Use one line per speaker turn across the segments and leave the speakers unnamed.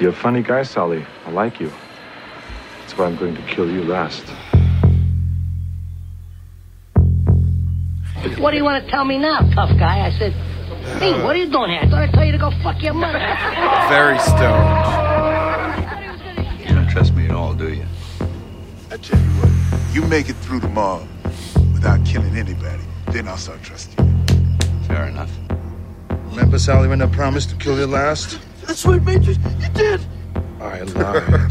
You're a funny guy, Sally. I like you. That's why I'm going to kill you last.
What do you want to tell me now, tough guy? I said, hey, what are you doing here? I thought I told you to go fuck your mother.
Very stoned.
You don't trust me at all, do you?
I tell you what, you make it through tomorrow without killing anybody, then I'll start trusting you.
Fair enough.
Remember, Sally, when I promised to kill you last? That's what made you. You did. I lied.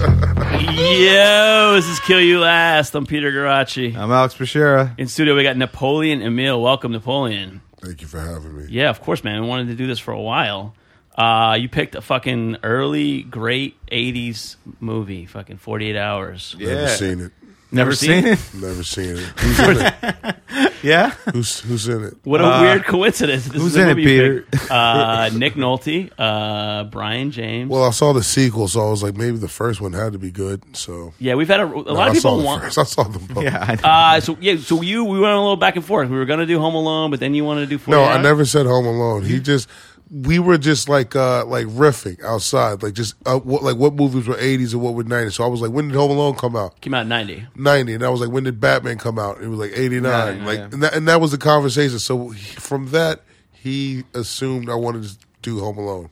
Yo, this is Kill You Last. I'm Peter Garacci.
I'm Alex Bashira.
In studio, we got Napoleon Emil. Welcome, Napoleon.
Thank you for having me.
Yeah, of course, man. We wanted to do this for a while. Uh, you picked a fucking early, great 80s movie, fucking 48 Hours.
Never seen it.
Never
seen
seen it?
Never seen it. Who's in it?
Yeah.
Who's, who's in it?
What a weird coincidence. This
who's
is the
in it,
movie you
Peter?
picked. Uh, Nick Nolte, uh, Brian James.
Well, I saw the sequel, so I was like, maybe the first one had to be good. So
yeah, we've had a, a lot
I
of
saw
people
the
want.
first. I saw them both.
Yeah. I know.
Uh, so yeah, so you we went a little back and forth. We were gonna do Home Alone, but then you wanted to do. 48
No, I
Hours?
never said Home Alone. He just we were just like uh like riffing outside, like just uh, what, like what movies were eighties and what were nineties. So I was like, when did Home Alone come out?
Came out in ninety.
Ninety, and I was like, when did Batman come out? It was like eighty nine,
Yeah,
like
yeah.
and, that, and that was the conversation. So he, from that, he assumed I wanted to do Home Alone.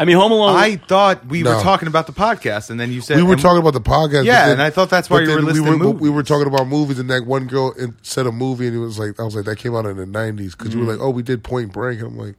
I mean, Home Alone.
Oh. I thought we were
No.
talking about the podcast, and then you said
we were
and-
talking about the podcast.
Yeah,
but
and I thought that's why
but
you were
then we
listing
were, We were
movies.
talking about movies, and that one girl in- said a movie, and it was like I was like that came out in the nineties because
Mm.
you were like, oh, we did Point Break, and I'm like,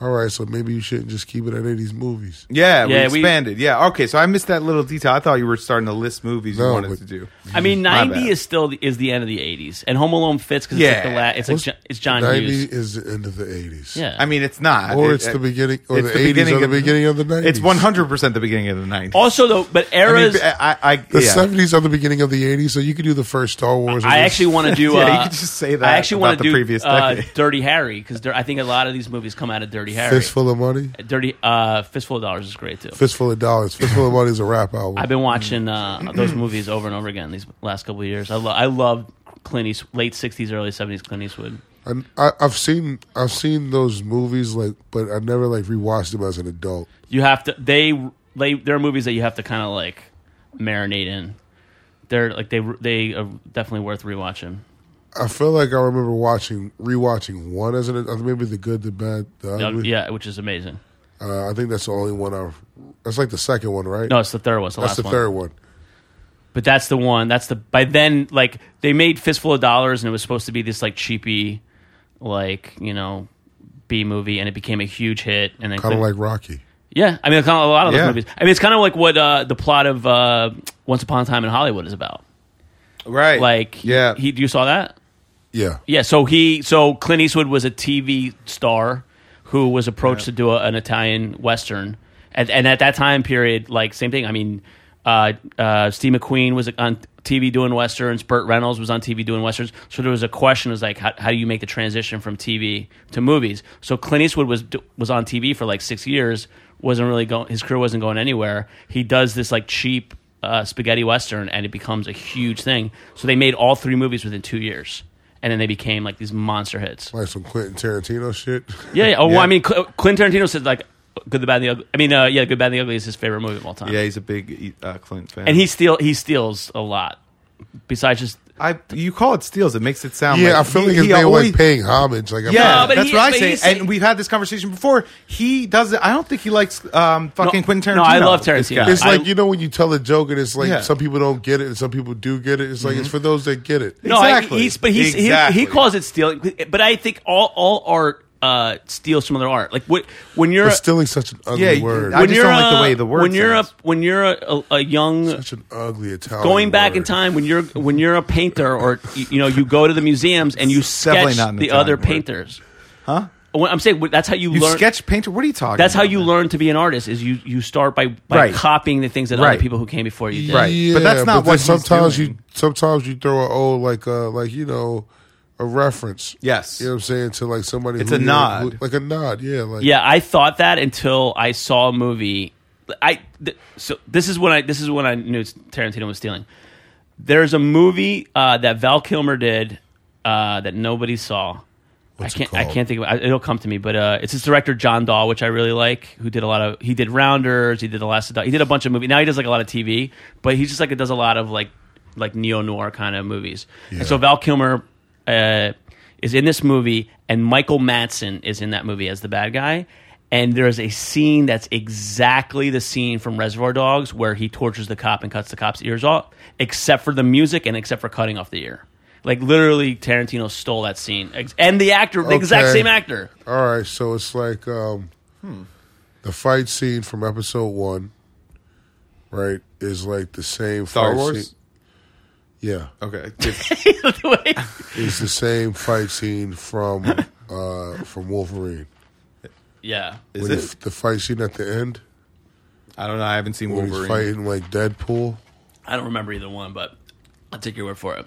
all right, so maybe you shouldn't just keep it at eighties movies.
Yeah,
Yeah, we-
we expanded. yeah, okay. So I missed that little detail. I thought you were starting to list movies you
No,
wanted
but-
to do.
I mean,
My bad.
ninety is still the, is the end of the eighties, and Home Alone fits because it's like
Yeah.
the last. It's like Jo- it's John
Ninety
Hughes.
is the end of the eighties.
Yeah,
I mean, it's not.
Or
It-
it's
it-
the beginning, or
it's
the eighties, or the beginning of the nineties.
It's one hundred percent the beginning of the nineties.
also though, but
I mean,
eras. I,
I, I,
The
yeah.
seventies are the beginning of the eighties, so you could do the first Star Wars. and just-
actually want to do.
Yeah,
uh,
you could just say that
I actually want
about the
to do
previous
uh,
decade.
Dirty Harry because I think a lot of these movies come out of Dirty Harry.
fistful of money,
Dirty uh, fistful of dollars is great too.
fistful of dollars, fistful of money is a rap album.
I've been watching uh, those movies over and over again these last couple of years. I lo- I love Clint Eastwood, late sixties, early seventies Clint Eastwood.
And I, I've seen I've seen those movies like, but I never like rewatched them as an adult.
You have to. They they there are movies that you have to kind of like marinate in. They're like they they are definitely worth rewatching.
I feel like I remember watching rewatching one as an adult, maybe the good, the bad, the
Yeah,
ugly.
yeah, which is amazing.
Uh, I think that's the only one I. That's like the second one, right?
No, it's the third one. It's the
that's
last
the
one.
third one.
But that's the one. That's the by then like they made Fistful of Dollars and it was supposed to be this like cheapy, like you know, B movie and it became a huge hit. And then
Kind of
Clint-
like Rocky.
yeah, I mean kind of a lot of
Yeah.
those movies. I mean it's kind of like what uh, the plot of uh, Once Upon a Time in Hollywood is about.
right?
Like
yeah,
he you saw that.
Yeah,
Yeah, so he so Clint Eastwood was a TV star who was approached to do a, an Italian western, and, and at that time period, like same thing. I mean, uh, uh, Steve McQueen was on TV doing westerns. Burt Reynolds was on TV doing westerns. So there was a question: it was like, how, how do you make the transition from TV to movies? So Clint Eastwood was d- was on TV for like six years. wasn't really going. His career wasn't going anywhere. He does this like cheap. Uh, spaghetti western and it becomes a huge thing so they made all three movies within two years and then they became like these monster hits.
like some Quentin Tarantino shit.
Yeah, yeah. Oh, well, I mean, Cl- Quentin Tarantino said like Good, the Bad, and the Ugly. I mean, uh, yeah, Good, Bad, and the Ugly is his favorite movie of all time.
yeah, he's a big uh, Clint fan,
and he steal he steals a lot. Besides just
I you call it steals. It makes it sound
yeah,
like
I feel
he-
like it's
he
they were
always-
like paying homage. Like, I'm
Yeah,
No, but
that's
he-
what I
but
say.
he's saying-
and we've had this conversation before. He does it. I don't think he likes um, fucking
No,
Quentin Tarantino.
no, I love
this
Tarantino.
guy.
It's
I-
like you know when you tell a joke and it's like
Yeah. Mm-hmm.
some people don't get it and some people do get it. It's like it's for those that get it.
no, I-
Exactly.
he's but he's he,
Exactly.
he calls it stealing. But I think all all art uh, steals from other art. Like what when you're
But stealing such an ugly
Yeah, you-
word.
I
when
just
you're
don't like the
a-
way the word
when you're a
sounds.
when you're a, a, a young
Such an ugly Italian.
going back in
word.
time when you're when you're a painter or you, you know you go to the museums and you
definitely
sketch
not an
the
Italian
other
word.
painters huh i'm saying that's how you,
You
learn
sketch painter. What are you talking?
that's how
about,
you
man?
learn to be an artist is you you start by, by
Right.
copying the things that other
Right.
people who came before you did
Right. but that's not
then
what he's
sometimes
doing.
you sometimes you throw an old like uh like you know a reference.
Yes.
You know what I'm saying to like somebody.
It's
who
a
you-
nod.
who- like a nod. Yeah, like
yeah i thought that until i saw a movie i th- so this is when i this is when i knew tarantino was stealing there's a movie uh, that val kilmer did uh, that nobody saw I
What's it
can't. I
called?
can't think of. I- It'll come to me. But uh, it's his director John Dahl, which I really like. Who did a lot of. He did Rounders. He did The Last of Dahl. He did a bunch of movies. Now he does like a lot of TV. But he just like does a lot of like like neo noir kind of movies.
Yeah.
And so Val Kilmer uh, is in this movie, and Michael Madsen is in that movie as the bad guy. And there is a scene that's exactly the scene from Reservoir Dogs where he tortures the cop and cuts the cop's ears off, except for the music and except for cutting off the ear. Like literally, Tarantino stole that scene, Ex- and the actor, the exact
Okay.
same actor.
All right, so it's like um,
Hmm.
the fight scene from episode one, right? Is like the same
Star
fight
Wars?
Scene. Yeah,
Okay.
it's the same fight scene from uh, from Wolverine.
yeah,
Is
When
it?
the, the fight scene at the end
I don't know. I haven't seen
when
Wolverine.
he's fighting like Deadpool?
I don't remember either one, but I'll take your word for it.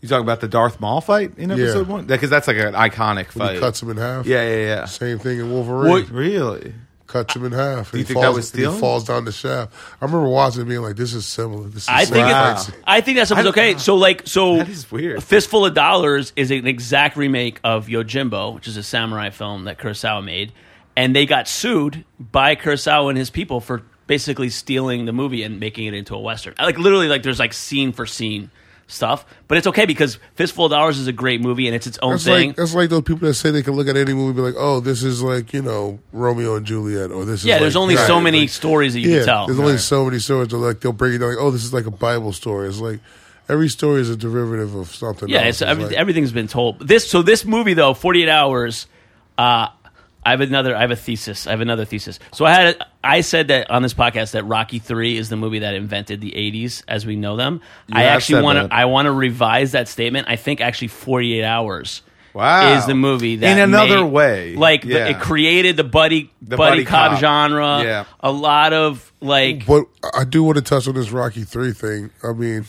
You talking about the Darth Maul fight in episode
Yeah.
one? Because that's like an iconic
When
fight.
he cuts him in half.
yeah, yeah, yeah.
Same thing in Wolverine.
What? Really?
Cuts him in half.
Do you
he
think that
falls,
was
and
stealing?
He falls down the shaft. I remember watching it being like, "This is similar." This is
I think
similar.
Wow.
it's, I think that something's
I-
okay. So like so
That is weird.
A Fistful of Dollars is an exact remake of Yojimbo, which is a samurai film that Kurosawa made, and they got sued by Kurosawa and his people for basically stealing the movie and making it into a western. I- Like literally, like there's like scene for scene stuff, but it's okay because Fistful of Dollars is a great movie and it's its own
That's
thing.
like that's like those people that say they can look at any movie and be like, "Oh, this is like you know Romeo and Juliet," or this is
yeah,
like-
there's only
Right.
so many
Like,
stories that you
yeah,
can tell.
there's only so many stories. That, like they'll break it down like, "Oh, this is like a Bible story." It's like every story is a derivative of something.
Yeah,
else.
it's, every,
like-
everything's been told. This so this movie though, Forty Eight Hours. Uh, I have another. I have a thesis. I have another thesis. So I had. I said that on this podcast that Rocky Three is the movie that invented the '80s as we know them. I
have
actually
said
want
that.
to. I want to revise that statement. I think actually Forty Eight Hours.
Wow.
Is the movie that
In another
made-
way,
like the-
yeah.
it created the buddy buddy,
buddy
cop,
cop.
genre?
Yeah.
a lot of like
But I do want to touch on this Rocky Three thing. I mean,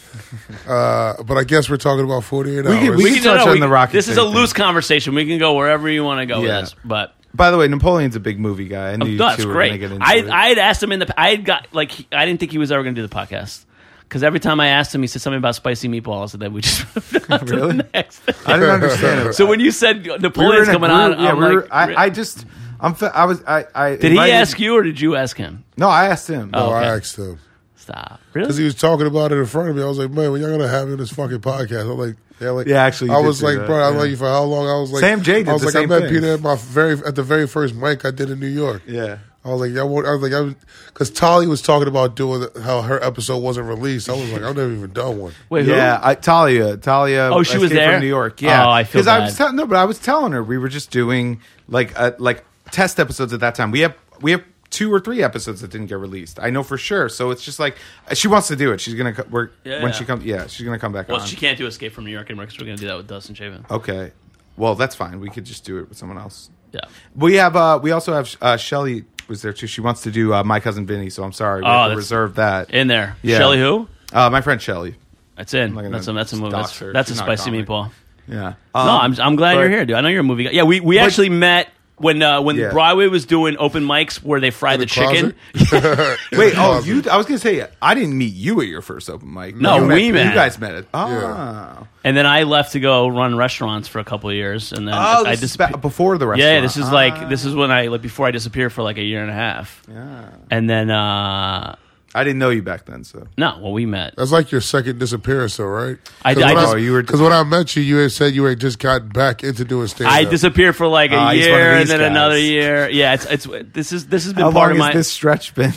uh, but I guess we're talking about forty eight hours.
could- we
no,
touch
no,
on the Rocky
This is a
Three thing.
loose conversation. We can go wherever you want to go
Yeah.
with this, but
By the way, Napoleon's a big movie guy. I knew you
No, that's
two were
great.
gonna get into
I
it.
I had asked him in the I had got like he- I didn't think he was ever going to do the podcast because every time I asked him, he said something about spicy meatballs, and then we just moved on to
Really?
the next.
I didn't understand it.
so when you said
We were
Napoleon's
in a
coming
group-
on,
yeah,
I'm
we
like,
were, I, I just, I'm, fe- I was, I, I
did he ask you or did you ask him?
No, I asked him.
Oh,
okay.
I asked him
Stop.
because
Really?
he was talking about it in front of me. I was like, "Man, when y'all gonna have me on this fucking podcast?" I'm like, "Yeah, like
Yeah, actually, you
I
did
was
say
like,
that,
"Bro, I know
yeah.
you for how long?" I was like,
Sam Jay did
I was
the
like,
same
"I met
thing.
Peter at my very at the very first mic I did in New York."
Yeah.
I was like, "Y'all won't." I was like, "I," because Tolly was talking about doing how her episode wasn't released. I was like, "I've never even done one."
Wait, who?
Yeah, I, Talia, Talia.
Oh, she was
escaped from
there?
New York. Yeah,
Oh, I feel
I
bad.
was tell- no, but I was telling her we were just doing like uh, like test episodes at that time. We have we have two or three episodes that didn't get released. I know for sure. So it's just like uh, she wants to do it. She's gonna co- work
Yeah,
when
yeah.
she comes. Yeah, she's gonna come back
Well,
on.
she can't do Escape from New York anymore because we're going to do that with Dustin Chapin.
Okay, well that's fine. We could just do it with someone else.
Yeah.
We have uh we also have uh Shelly was there too. She wants to do uh, my cousin Vinny. So I'm sorry. We
Oh,
have to
that's-
reserve that.
In there,
Yeah.
Shelley who?
uh, my friend Shelly.
That's in.
Look at
That's a
that.
that's a movie.
Dox
That's,
her.
that's a
She's not a
spicy
comic.
meatball.
Yeah.
No,
Um,
I'm, I'm glad
but-
you're here, dude. I know you're a movie guy. Yeah, we, we actually met when uh, when
Yeah.
Broadway was doing open mics where they fry the, chicken.
chicken.
Wait, oh, you? I was gonna say I didn't meet you at your first open mic.
No,
You
we met.
You guys met it. Oh,
Yeah.
And then I left to go run restaurants for a couple of years, and then
oh,
I
this is
disappeared.
ba- before the restaurant.
yeah, this is like this is when I like before I disappeared for like a year and a half,
Ah.
and then uh
I didn't know you back then, so
no, well we met.
That's like your second disappearance, though, right?
I-
Because
I
when
just-
Oh, you were-
because when I met you, you had said you had just gotten back into doing stand
I disappeared for like a
Ah, he's one of
year, and
these
then
guys.
another year. Yeah, it's it's this is this has been
how
part
long
of
has
my.
this stretch been?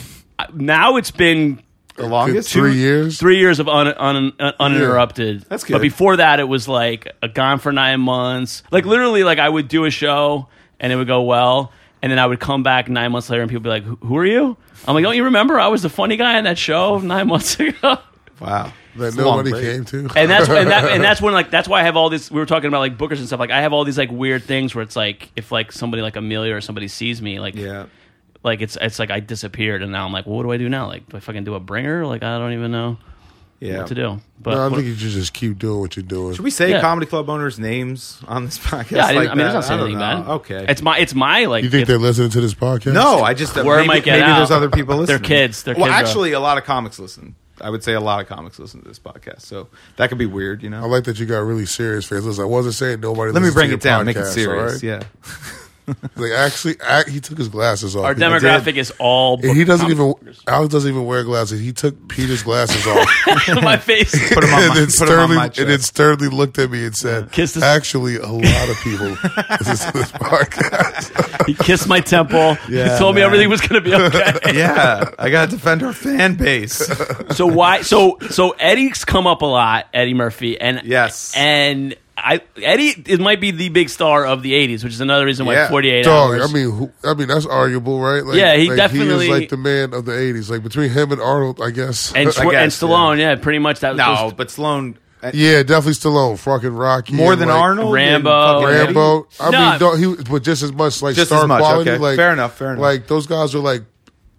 now it's been
The longest
three
Two-
years.
three years of un, un, un, uninterrupted.
That's
But
good.
before that, it was like a gone for nine months. Like literally, like I would do a show and it would go well, and then I would come back nine months later and people would be like, "Who- "Who are you?" I'm like, "Don't you remember? I was the funny guy in that show nine months ago."
Wow,
that
It's a long
nobody
break.
came to.
And that's and, that, and that's when like that's why I have all this. We were talking about like bookers and stuff. Like I have all these like weird things where it's like if like somebody like Amelia or somebody sees me like
Yeah,
like it's it's like I disappeared and now I'm like, well, what do I do now? Like do I fucking do a bringer? Like I don't even know
yeah.
what to do. But
no, I
what-
think you should just keep doing what you're doing.
Should we say
Yeah.
comedy club owners' names on this podcast?
Yeah, I, didn't,
like
I mean,
that?
it's not saying
don't
anything
know.
bad.
Okay,
it's my, it's my like.
You think
if-
they're listening to this podcast?
no. I just
Word
maybe,
might get
maybe
out.
there's other people
They're
listening.
kids. They're
well,
kids are-
actually, a lot of comics listen. I would say a lot of comics listen to this podcast, so that could be weird, you
I
know.
like that you got really serious face. Listen, I wasn't saying nobody.
Let me
listens to
bring
your
it down, make it
podcast,
serious.
all right?
Yeah,
Like actually, I, he took his glasses off.
Our
He-
demographic is all.
And he doesn't
comic
even.
bookers.
Alex doesn't even wear glasses. He took Peter's glasses off,
my face.
put 'em on
and
my,
then
put 'em on
sternly
my
and then
chest.
sternly looked at me and said,
Kissed his-
"Actually, a lot of people listen to this podcast."
He kissed my temple.
Yeah,
he told me
man.
everything was going to be okay.
yeah, I gotta defend our fan base.
So why? So so Eddie's come up a lot. Eddie Murphy and
Yes.
and I Eddie it might be the big star of the '80s, which is another reason why
Yeah.
48
Dog,
hours.
I mean, who, I mean that's arguable, right? Like,
Yeah, he
like,
definitely-
is like the man of the '80s. Like between him and Arnold, I guess.
and, Schwar- and
guess, yeah.
Stallone, yeah. pretty much that.
no,
those-
but Sloan uh,
yeah, definitely Stallone, fucking Rocky,
more
and,
than
like,
Arnold, and
Rambo.
fucking Eddie?
Rambo. I
No.
mean, don't, he but just as much like
Just
star
as much,
quality.
okay.
Like
Fair enough, fair enough.
Like those guys are like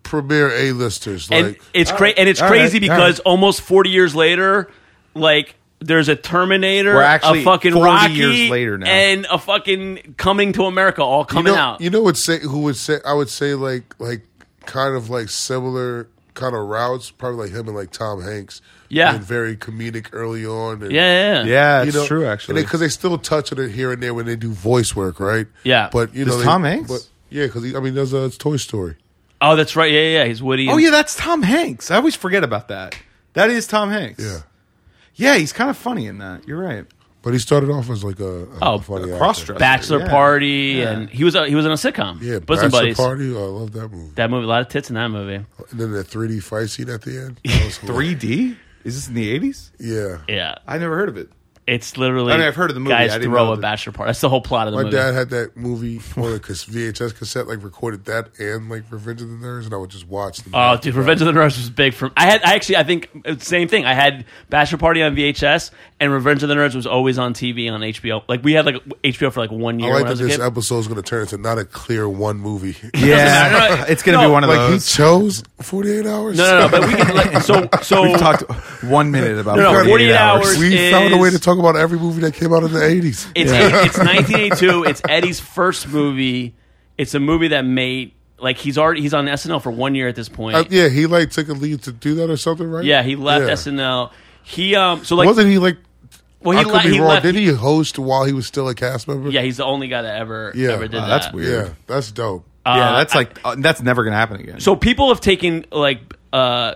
premier A-listers. Like
and it's cra- and it's
all
crazy
right, all
because
right.
almost 40 years later, like. There's a Terminator,
We're actually
a fucking
40
Rocky,
years later now.
and a fucking Coming to America all coming
you know,
out.
You know what say who would say I would say like like kind of like similar kind of routes, probably like him and like Tom Hanks.
Yeah.
And very comedic early on. And,
yeah, yeah, yeah.
Yeah,
you
it's
know,
true actually.
because they, still touch on it here and there when they do voice work, right?
Yeah.
but you know
Does
they-
Tom Hanks?
but- yeah, because I mean, there's a it's Toy Story.
Oh, that's right. Yeah, yeah, yeah. He's Woody.
oh
and-
yeah, that's Tom Hanks. I always forget about that. That is Tom Hanks.
Yeah,
yeah, he's kind of funny in that. You're right.
but he started off as like a, a
Oh,
funny actor.
Cross-dresser,
Bachelor
yeah.
Party,
Yeah.
and he was a, he was in a sitcom.
Yeah,
Bosom
Bachelor
Buddies.
Party. Oh, I love that movie.
That movie, a lot of tits in that movie.
And then the 3D fight scene at the end. That was hilarious.
3D? Is this in the 80s?
Yeah.
Yeah,
I never heard of it.
it's literally.
I mean, I've heard of the movie.
Guys
I didn't
throw
know
a
that-
bachelor party. That's the whole plot of the
My
movie.
dad had that movie on a cas- VHS cassette, like recorded that and like Revenge of the Nerds, and I would just watch them.
Oh, dude, Revenge of the Nerds was big for. I had, I actually, I think uh, same thing. I had Bachelor Party on VHS, and Revenge of the Nerds was always on TV on HBO. Like we had like HBO for like one
I
year. when
like
I
that
was a
this
kid.
episode's going to turn into not a clear one movie.
matter.
it's going to
No,
be one of
like you
those.
chose forty eight hours.
uh, no, no, no. But we can like, so so.
We've talked one minute about
No, no,
48,
48
hours.
hours.
we found a way
is-
to talk about every movie that came out in the eighties.
It's it's 1982. It's Eddie's first movie. It's a movie that made like he's already he's on SNL for one year at this point.
Uh, yeah, he like took a leave to do that or something, right?
yeah, he left
Yeah.
SNL. He um so like
Wasn't he like?
well
I
he,
could
le-
be
he
wrong.
left.
Did he host while he was still a cast member?
yeah, he's the only guy that ever
Yeah.
ever did
Wow,
that.
that's weird.
yeah, that's dope.
yeah,
Uh,
that's like, uh, that's never going to happen again.
So people have taken like uh,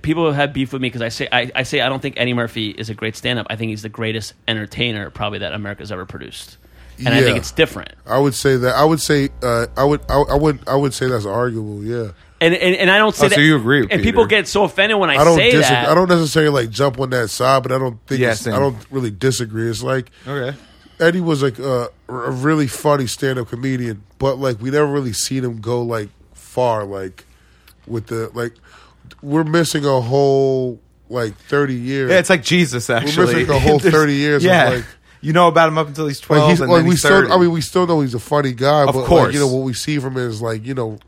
people have had beef with me because I say I, I say I don't think Eddie Murphy is a great stand up. I think he's the greatest entertainer probably that America's ever produced, and I think
Yeah.
it's different.
I would say that. I would say. Uh, I would. I, I would. I would say that's arguable. Yeah.
And and, and I don't say
Oh, so
that.
you agree with
and
Peter.
people get so offended when I,
I don't
say
disagree.
that.
I don't necessarily like jump on that side, but I don't think
Yeah,
it's,
same.
I don't really disagree. It's like
okay.
Eddie was like a, a really funny stand-up comedian, but like we never really seen him go like far. Like with the like, we're missing a whole like thirty years.
Yeah, it's like Jesus, actually.
missing a whole
There's-
30 years of,
Yeah.
like-
you know about him up until he's 12.
like he's
and
like
then
we
he's
still.
30.
I mean, we still know he's a funny guy.
Of
but like,
course.
you know what we see from him is like you know.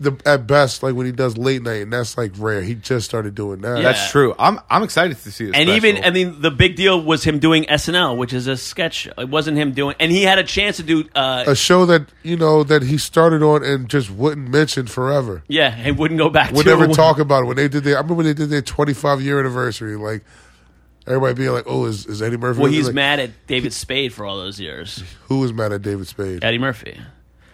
The, at best, like when he does late night, and that's like rare. He just started doing that.
Yeah.
that's true. I'm, I'm excited to see this.
and even
special.
I mean the big deal was him doing SNL, which is a sketch. It wasn't him doing, and he had a chance to do. Uh,
a show that you know that he started on and just wouldn't mention forever.
yeah, and wouldn't go back.
Would
to
never talk about it when they did their. I remember they did their 25 year anniversary. Like everybody being like, "Oh, is, is Eddie Murphy?"
Well, he's
like,
mad at David Spade for all those years.
Who was mad at David Spade?
Eddie Murphy.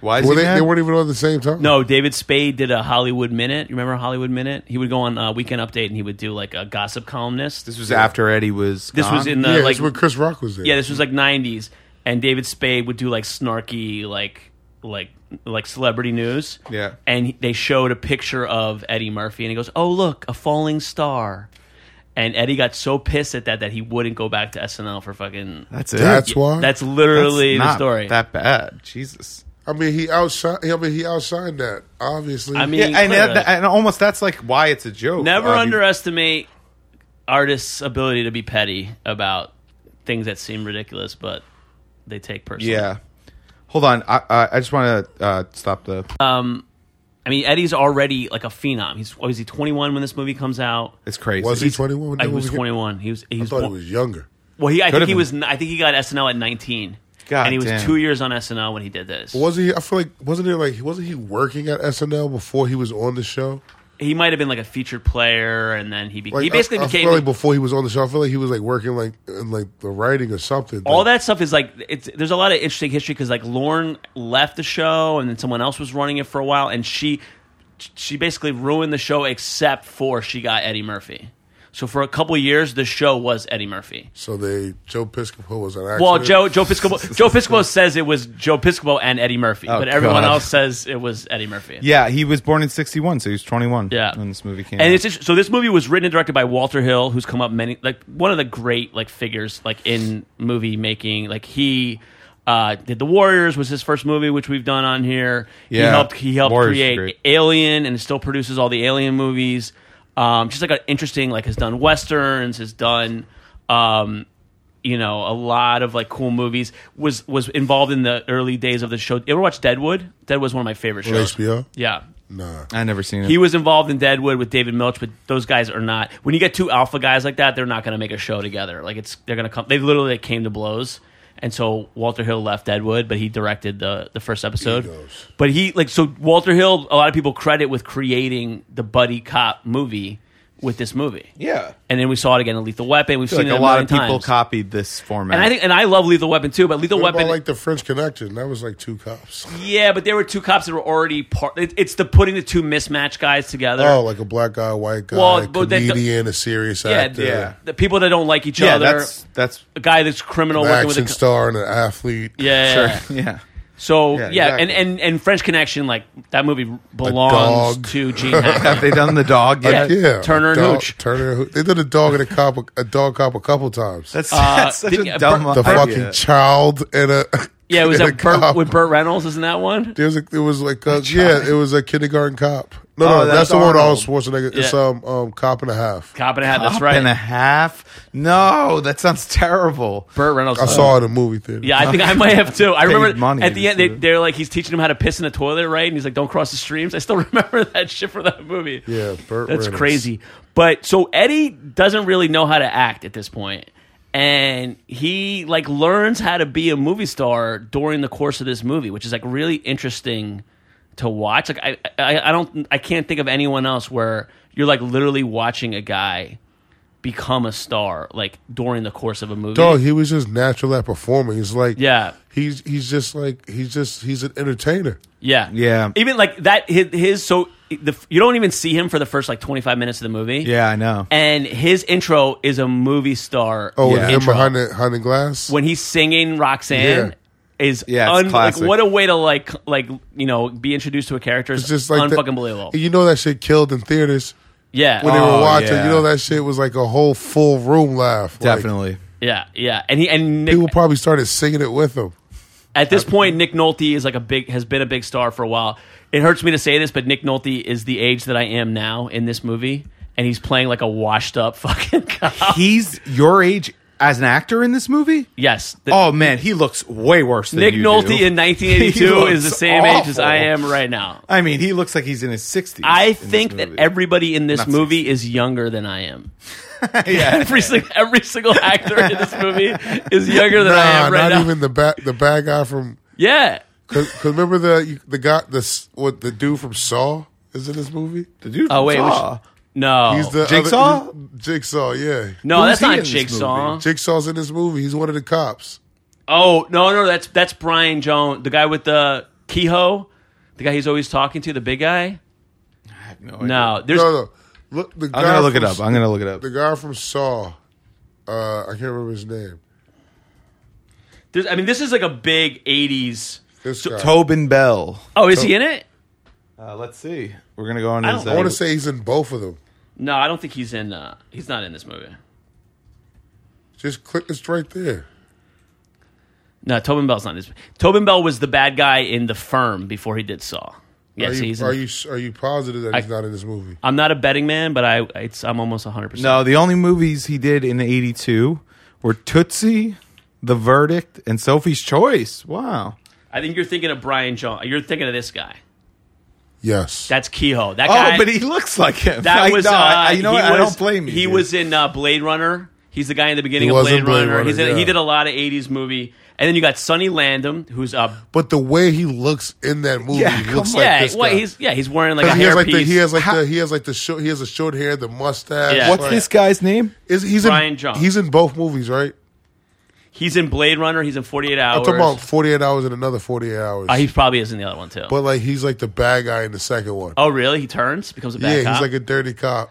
why is
Well,
he
they,
mad?
they weren't even on at the same time.
No, uh, David Spade did a Hollywood Minute. You remember Hollywood Minute? He would go on uh, Weekend Update and he would do like a gossip columnist.
This was after Eddie was.
This was
gone?
in the
yeah,
like
it's when Chris Rock was there.
yeah, this was like '90s, and David Spade would do like snarky like like like celebrity news.
Yeah.
and they showed a picture of Eddie Murphy, and he goes, "Oh look, a falling star." And Eddie got so pissed at that that he wouldn't go back to SNL for fucking.
That's it.
that's why.
That's literally
That's
the
not
story.
That bad. Jesus.
I mean, he outshined. I mean, he outshined that. Obviously,
I mean,
Yeah, and, that,
clearly.
and almost that's like why it's a joke.
Never
I mean,
underestimate artists' ability to be petty about things that seem ridiculous, but they take personally.
Yeah. Hold on. I I, I just want to uh, stop the.
I mean, Eddie's already like a phenom. He's was he 21 when this movie comes out?
it's crazy.
was he 21?
I, he was 21. He was he
I
was,
thought he was younger.
well. He I think
have
he
been.
was n- I think he got SNL at 19,
God
and he was
damn.
two years on SNL when he did this.
Wasn't he? I feel like wasn't it like wasn't he working at SNL before he was on the show?
he might have been like a featured player, and then he be-
Like,
he basically
I, I
became
feel like before he was on the show, I feel like he was like working like in like the writing or something.
all
Like,
that stuff is like it's there's a lot of interesting history because like Lauren left the show and then someone else was running it for a while and she she basically ruined the show except for she got Eddie Murphy. So for a couple of years, the show was Eddie Murphy.
So they Joe Piscopo was an accident.
Well, Joe Joe Piscopo Joe Piscopo says it was Joe Piscopo and Eddie Murphy,
Oh,
but everyone
God.
else says it was Eddie Murphy.
Yeah, he was born in '61, so he was 21
Yeah,
when this movie came.
And
out.
it's just- so this movie was written and directed by Walter Hill, who's come up many like one of the great like figures like in movie making. Like he uh, did the Warriors was his first movie, which we've done on here. he
Yeah.
helped he helped
Warriors is
create
great.
Alien and still produces all the Alien movies. Um, just like an interesting like has done westerns, has done um, you know a lot of like cool movies. Was was involved in the early days of the show. You ever watch Deadwood? Deadwood was one of my favorite
On
shows.
HBO.
Yeah.
Nah,
I never seen it.
He was involved in Deadwood with David Milch, but those guys are not. When you get two alpha guys like that, they're not going to make a show together. Like it's they're going to come. They literally came to blows, and so Walter Hill left Deadwood, but he directed the the first episode.
Egos.
But he like so Walter Hill. A lot of people credit with creating the buddy cop movie with this movie.
yeah,
And then we saw it again in Lethal Weapon. We've
like
seen it
a lot of
million
people
times.
copied this format.
and I think, and I love Lethal Weapon too, but Lethal
what
Weapon,
about like the French Connection? That was like two cops.
yeah, but there were two cops that were already part. It, it's the putting the two mismatched guys together.
Oh, like a black guy, white guy,
Well, but that-
comedian, a serious actor,
yeah.
the people that don't like each
uh, yeah,
other.
that's that's
a guy that's criminal
an
working with a
action
co-
star, and an athlete.
yeah.
yeah.
So yeah,
Yeah,
and,
exactly.
and and French Connection, like that movie belongs
dog.
to Gene. Hackman.
Have they done the dog
Yeah.
yet?
Yeah,
Turner
a
and
dog-
Hooch.
Turner and Hooch. They did a dog and a cop, a dog cop, a couple times.
That's,
Uh,
that's such
didn't-
a dumb
Bur-
the
idea.
fucking child and a
yeah, it was
and
that Burt,
cop.
with Burt Reynolds, isn't that one?
There was a, it was like a, yeah, it was a kindergarten cop. No, no,
Oh,
that's,
that's
the one with Arnold
Arnold.
Schwarzenegger. It's
Yeah.
um, um cop and a half.
Cop and a hat. That's
Up
right.
and a half. No, that sounds terrible.
Burt Reynolds.
I saw it in a movie theater.
Yeah, I think I might have too. I
Paid
remember
money
at the
to
end they,
see it.
they're like he's teaching him how to piss in a toilet, right? And he's like, "Don't cross the streams." I still remember that shit from that movie.
yeah, Burt
That's
Reynolds.
crazy. But so Eddie doesn't really know how to act at this point. And he like learns how to be a movie star during the course of this movie, which is like really interesting to watch. Like I I, I don't I can't think of anyone else where you're like literally watching a guy become a star like during the course of a movie.
Dog, he was just natural at performing. He's like,
Yeah.
he's he's just like he's just he's an entertainer.
Yeah.
Yeah.
Even like that his, his so the, you don't even see him for the first like 25 minutes of the movie.
Yeah, I know.
And his intro is a movie star.
Oh,
Yeah.
and him
intro.
behind the, behind the glass.
when he's singing Roxanne is
Yeah, it's
un- like,
classic.
what a way to like like you know be introduced to a character is
it's just like that-
unfucking believable.
You know that shit killed in theaters
Yeah,
when they
Oh,
were watching.
yeah.
You know that shit was like a whole full room laugh. Like,
Definitely.
yeah, yeah. And he and Nick,
people probably started singing it with him.
at this point, Nick Nolte is like a big has been a big star for a while. It hurts me to say this, but Nick Nolte is the age that I am now in this movie, and he's playing like a washed up fucking cop.
He's your age as an actor in this movie?
yes. The-
Oh man, he looks way worse than
Nick
you
Nolte
do.
in 1982
He
is the
looks
same age as I am
awful.
right now.
I mean, he looks like he's in his 60s.
I
in this
think that
movie.
everybody in this
Not
movie is younger than I am.
yeah.
every single every single actor in this movie is younger than
Nah,
I am right
not
now.
even the bad the bad guy from
yeah.
Cause, 'cause remember the you- the guy the s- what the dude from Saw is in this movie.
The dude
Oh wait,
from
which,
Saw.
no,
He's the other-
Oh. Jigsaw?
he's- Jigsaw, yeah.
no,
who's
that's
he
not
in this
Jigsaw.
Jigsaw's in this movie. He's one of the cops.
Oh no, no, that's that's Brian Jones, the guy with the Kehoe, the guy he's always talking to, the big guy.
I have no,
No,
idea.
there's
No, no. Look, the guy
I'm gonna look
from
it up.
S-
I'm gonna look it up.
The guy from Saw. Uh, I can't remember his name.
there's I mean this is like a big 80s.
This guy.
Tobin Bell.
Oh, is he in it?
Uh, let's see. We're gonna go on
I
his.
don't-
I
uh,
want to say he's in both of them.
No, I don't think he's in uh he's not in this movie.
Just click. It's right there.
No, Tobin Bell's not in this. Tobin Bell was the bad guy in The Firm before he did Saw. Yes,
are you
he's in
are
The-
you s- are you positive that
I-
he's not in this movie?
I'm not a betting man, but I it's I'm almost 100%.
No, the only movies he did in '82 were Tootsie, The Verdict, and Sophie's Choice. Wow.
I think you're thinking of Brian Jones. You're thinking of this guy.
Yes.
That's Kehoe. That
Oh,
guy.
but he looks like him.
that
I,
was.
no,
uh,
I, I- you know
he
what? I
was-
don't blame you.
He
dude.
was in uh, Blade Runner. He's the guy in the beginning
He
of
was
Blade,
in Blade
Runner.
Runner,
He's in,
yeah.
He did a lot of '80s movie, And then you got Sonny Landham, who's a
But the way he looks in that movie,
Yeah,
he
come
looks
on.
like
yeah,
this
well,
guy.
he's yeah, he's wearing like a
Because he has
hairpiece.
like the he has like the he has like the short he has a short hair, the mustache.
Yeah.
What's
like-
this guy's name?
Is he's
Brian
in
Jones.
he's in both movies, right?
he's in Blade Runner. He's in Forty Eight
I'm
Hours.
talking about 48 hours and another 48 hours.
Uh, he probably is in the other one too.
but like he's like the bad guy in the second one.
oh, really? He turns becomes a bad
yeah,
cop.
he's like a dirty cop.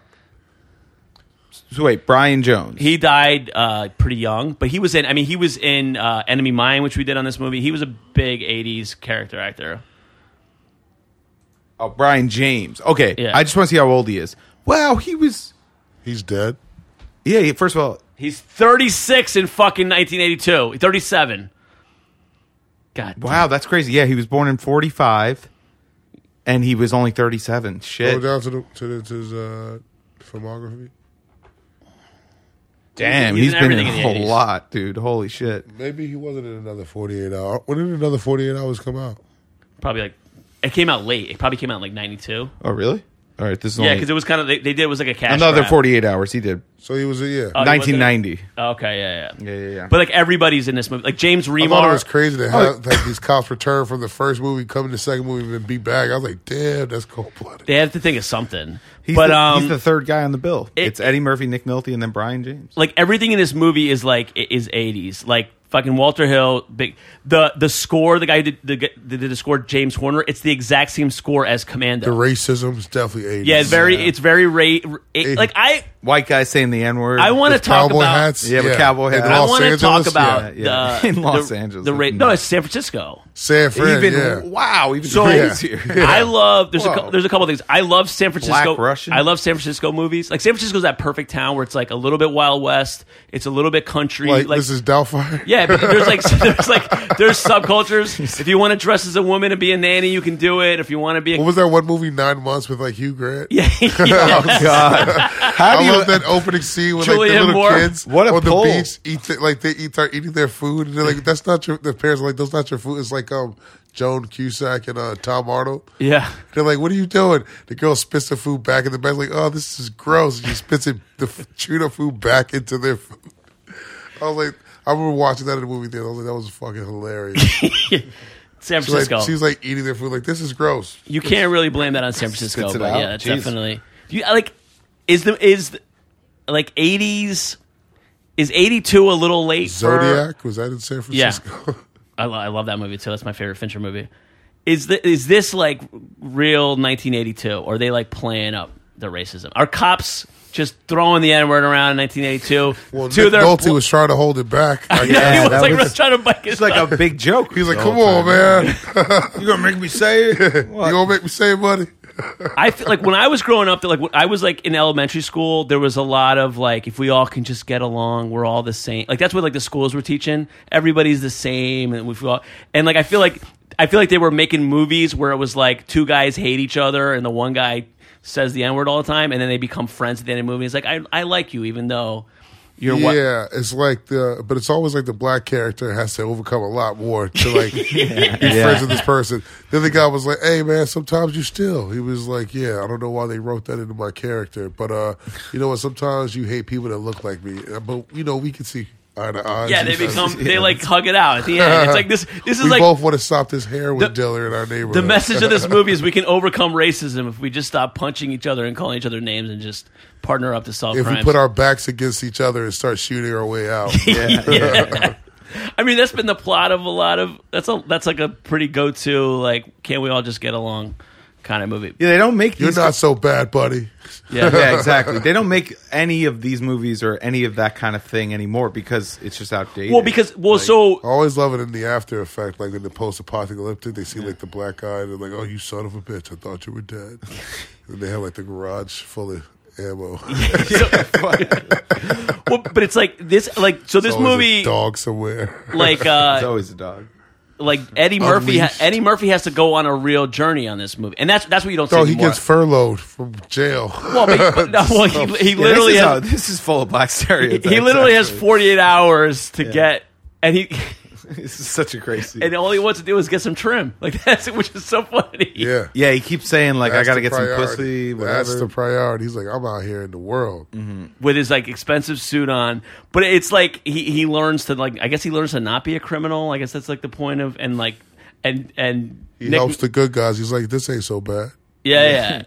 So wait, Brian Jones.
he died uh, pretty young, but he was in. I mean, he was in uh, Enemy Mine, which we did on this movie. He was a big '80s character actor.
oh, Brian James. Okay,
Yeah.
I just want to see how old he is. Wow, he was.
He's dead.
Yeah, he- first of all,
He's 36 in fucking 1982. 37. God.
wow, that's crazy. Yeah, he was born in '45, and he was only 37.
Go
Shit,
down to the to, the, to his uh, filmography.
damn,
He's in
he's been in
everything
a
in the
whole
80s.
lot, dude. Holy shit.
Maybe he wasn't in another 48 hours. When did another 48 hours come out?
Probably like it came out late. It probably came out in like 92.
Oh, really? All right, this is
Yeah,
only
because it was kind of they, they did it was like a cash
another
grab.
48 hours. He did
So he was a yeah.
Oh, he wasn't in
1990.
it? Okay, yeah, yeah,
Yeah, yeah, yeah.
But like everybody's in this movie. Like James
I thought it was
Remar.
crazy to have that these cops return from the first movie, come to the second movie, and then be back. I was like, damn, that's cold blooded.
They have to think of something.
He's
but
the,
um,
he's the third guy on the bill.
it-
it's Eddie Murphy, Nick Nolte, and then Brian James.
like everything in this movie is like i- is eighties. Like fucking Walter Hill, big the the score. The guy who did the, g- that did the score, James Horner. It's the exact same score as
The
Commando.
racism's definitely 80s.
yeah, it's very. It's very rate. like I
White guy saying the N word.
I want to
With
talk
cowboy
about.
hats.
Yeah, with cowboy hats.
In
I
Los
want to talk
Angeles?
about
yeah.
the
In Los
the,
Angeles,
The ra-
it's
no,
nuts.
it's San Francisco.
San Fran,
even
yeah.
wow, even
So-
crazier.
I love there's a
Whoa.
cou- there's a couple things. I love San Francisco.
Black Russian?
I love San Francisco movies. Like San Francisco's that perfect town where it's like a little bit Wild West. It's a little bit country.
Like, this is Doubtfire.
Yeah, but there's like there's like there's subcultures. If you want to dress as a woman and be a nanny, you can do it. If you want to be a
What was that one movie, Nine Months, with like Hugh Grant? Yeah.
God, how do
I
you?
love that opening scene with like the
Julianne
little
Moore.
kids
What a
on
pull.
the beach eat the, like they eat are eating their food and they're like that's not your the parents are like that's not your food it's like um Joan Cusack and uh, Tom Arnold
yeah.
They're like, "What are you doing?" The girl spits the food back in the bag. Like, "Oh, this is gross." And she spits it, the f- tuna food back into their food. I was like, I remember watching that in the movie theater. I was like, "That was fucking hilarious." She's
San Francisco.
like, she's like eating their food. Like, this is gross.
you can't really blame that on San Francisco,
Spits it
but
out.
yeah, that's
Jeez.
definitely. You, like, is the is the, like eighties is eighty two a little late? for-
Zodiac was that in San
Yeah.
Francisco?
I, lo- I love that movie too. That's my favorite Fincher movie. Is the, is this like real 1982? Or are they like playing up the racism? Are cops just throwing the N word around in 1982?
well,
to
Nick
their-
Nolte was trying to hold it back. I guess.
he was
that
like
was-
really trying to bike his
It's like
butt.
a big joke.
He's like, "Come on, man!
You gonna make me say it?
You gonna make me say money?"
I feel like when I was growing up, like when I was like in elementary school, there was a lot of like, if we all can just get along, we're all the same. Like that's what like the schools were teaching. Everybody's the same, and we all and like I feel like I feel like they were making movies where it was like two guys hate each other, and the one guy says the n word all the time, and then they become friends at the end of the movie. It's like I I like you, even though you're what.
Yeah, it's like the, but it's always like the black character has to overcome a lot more to like be friends with this person. Then the guy was like, "Hey, man, sometimes you still." He was like, "Yeah, I don't know why they wrote that into my character, but uh, you know what? Sometimes you hate people that look like me, Uh, but you know we can see eye to eye."
Yeah, they
sometimes.
become they like hug it out at the end. It's like this. This is
We
like
both want to stop this heroin
The-
dealer in our neighborhood.
The message of this movie is we can overcome racism if we just stop punching each other and calling each other names and just partner up to solve
If
crimes.
we put our backs against each other and start shooting our way out,
I mean, that's been the plot of a lot of that's a that's like a pretty go to like can we all just get along kind of movie.
Yeah, they don't make
you're
these.
not so bad, buddy.
Yeah,
yeah, exactly. They don't make any of these movies or any of that kind of thing anymore because it's just outdated.
Well, because well,
Like,
so
I always love it in the after effect, like in the post apocalyptic, they see like the black guy and they're like, "Oh, you son of a bitch! I thought you were dead." and they have like the garage full of ammo.
well, but it's like this like so this
Always a
movie
dog somewhere.
like
it's
uh
always a dog.
like Eddie Murphy ha-
Unleashed.
Eddie Murphy has to go on a real journey on this movie. And that's that's what you don't
so
see
Oh, he
anymore.
gets furloughed from jail.
well, but, but, no, well, he, he
Yeah, this
literally
is,
has-
how- this is full of black
he,
stereotypes.
he literally has
actually.
48 hours to get and he
This is such a crazy.
and all he wants to do is get some trim. Like that's it, which is so funny.
Yeah.
yeah, he keeps saying like I
That's
got to
the
get some
priority.
pussy. Whatever.
That's the priority. He's like, I'm out here in the world.
with his like expensive suit on. But it's like he he learns to like I guess he learns to not be a criminal. I guess that's like the point of and like and and
He
Nick-
helps the good guys. He's like, this ain't so bad.
yeah yeah.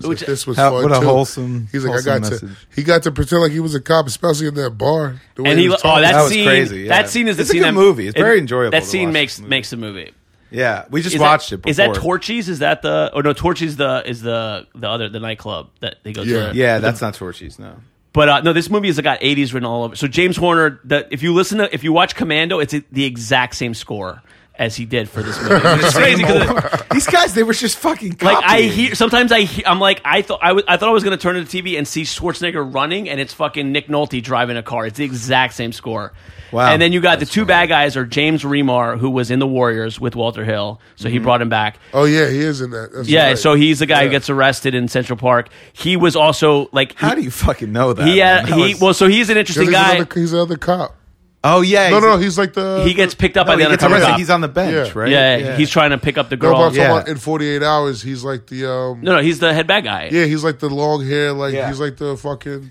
yeah.
Which-
This was
How-
fun
what a
too.
wholesome-
He's like,
wholesome
I got
message.
to. He got to pretend like he was a cop, especially in that bar. The way
and he,
was
oh
talking.
that,
That was
scene
crazy, yeah.
that scene is the
It's a
scene
good
that-
movie. It's
it-
very enjoyable
That
to
scene
watch
makes
this movie.
makes the movie.
Yeah, we just
Is
watched
that,
it. Before.
Is that Torchies? Is that the oh no Torchies the is the the other the nightclub that they go
Yeah.
to.
Yeah, that's not Torchies. No.
But uh, no, this movie has got '80s written all over. So James Horner, the, if you listen to, if you watch Commando, it's the exact same score as he did for this movie. Which is crazy 'cause it-
These guys, they were just fucking.
like I
copying.
hear sometimes I he, I'm like I thought I was- I thought I was gonna turn to the TV and see Schwarzenegger running and it's fucking Nick Nolte driving a car. It's the exact same score.
Wow.
And then you got the two bad guys are James Remar who was in the Warriors with Walter Hill, so he brought him back.
Oh yeah, he is in that. That's
Yeah,
right.
so he's the guy who
Yeah.
gets arrested in Central Park. He was also like
How
he,
do you fucking know that?
he had,
man? That
he
was-
well so he's an
'Cause
interesting
he's
guy.
Another, he's the other cop.
oh yeah.
No,
he's-
no, he's like the.
he gets picked up
Uh, no,
by the
he gets
undercover
arrested.
cop.
He's on the bench,
Yeah.
right?
yeah, he's trying to pick up the
No,
girl.
but I'm talking
Yeah.
about in 48 hours, he's like the. Um,
no, no, he's the head bad guy.
Yeah, he's like the long hair. Like
Yeah.
he's like the fucking.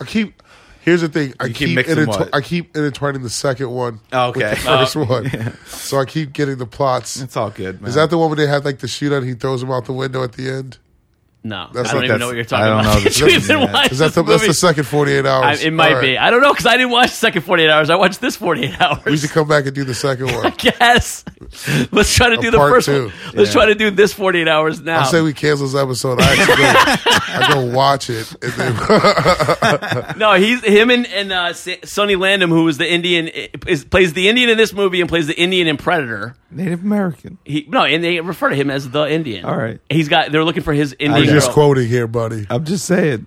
I keep. Here's the thing. I
You keep
keep,
mixing
intertwi-
what?
I keep intertwining the second one.
Oh, okay.
With the first one. So I keep getting the plots.
It's all good. Man.
Is that the one where they had like the shootout? And he throws him out the window at the end.
No,
That's
I don't
like-
even
that's-
know what you're talking
I don't
about.
know this
You
movie
even
yet.
watched
Is that
this
the, that's the
movie?
second 48
I,
hours?
it might
All right.
be. I don't know because I didn't watch second 48 hours. I watched this 48 hours.
We should come back and do the second one.
Yes. Let's try to do the
part
first
two.
one. Let's
Yeah.
try to do this 48 hours now.
I say we cancel this episode. I actually go, I go watch it. And then,
no, he's him and, and uh, S- Sonny Landham, who is the Indian, is, plays the Indian in this movie and plays the Indian in Predator.
Native American?
He no, and they refer to him as the Indian.
All right.
he's got. They're looking for his Indian.
you're just
girl.
quoting here, buddy.
I'm just saying.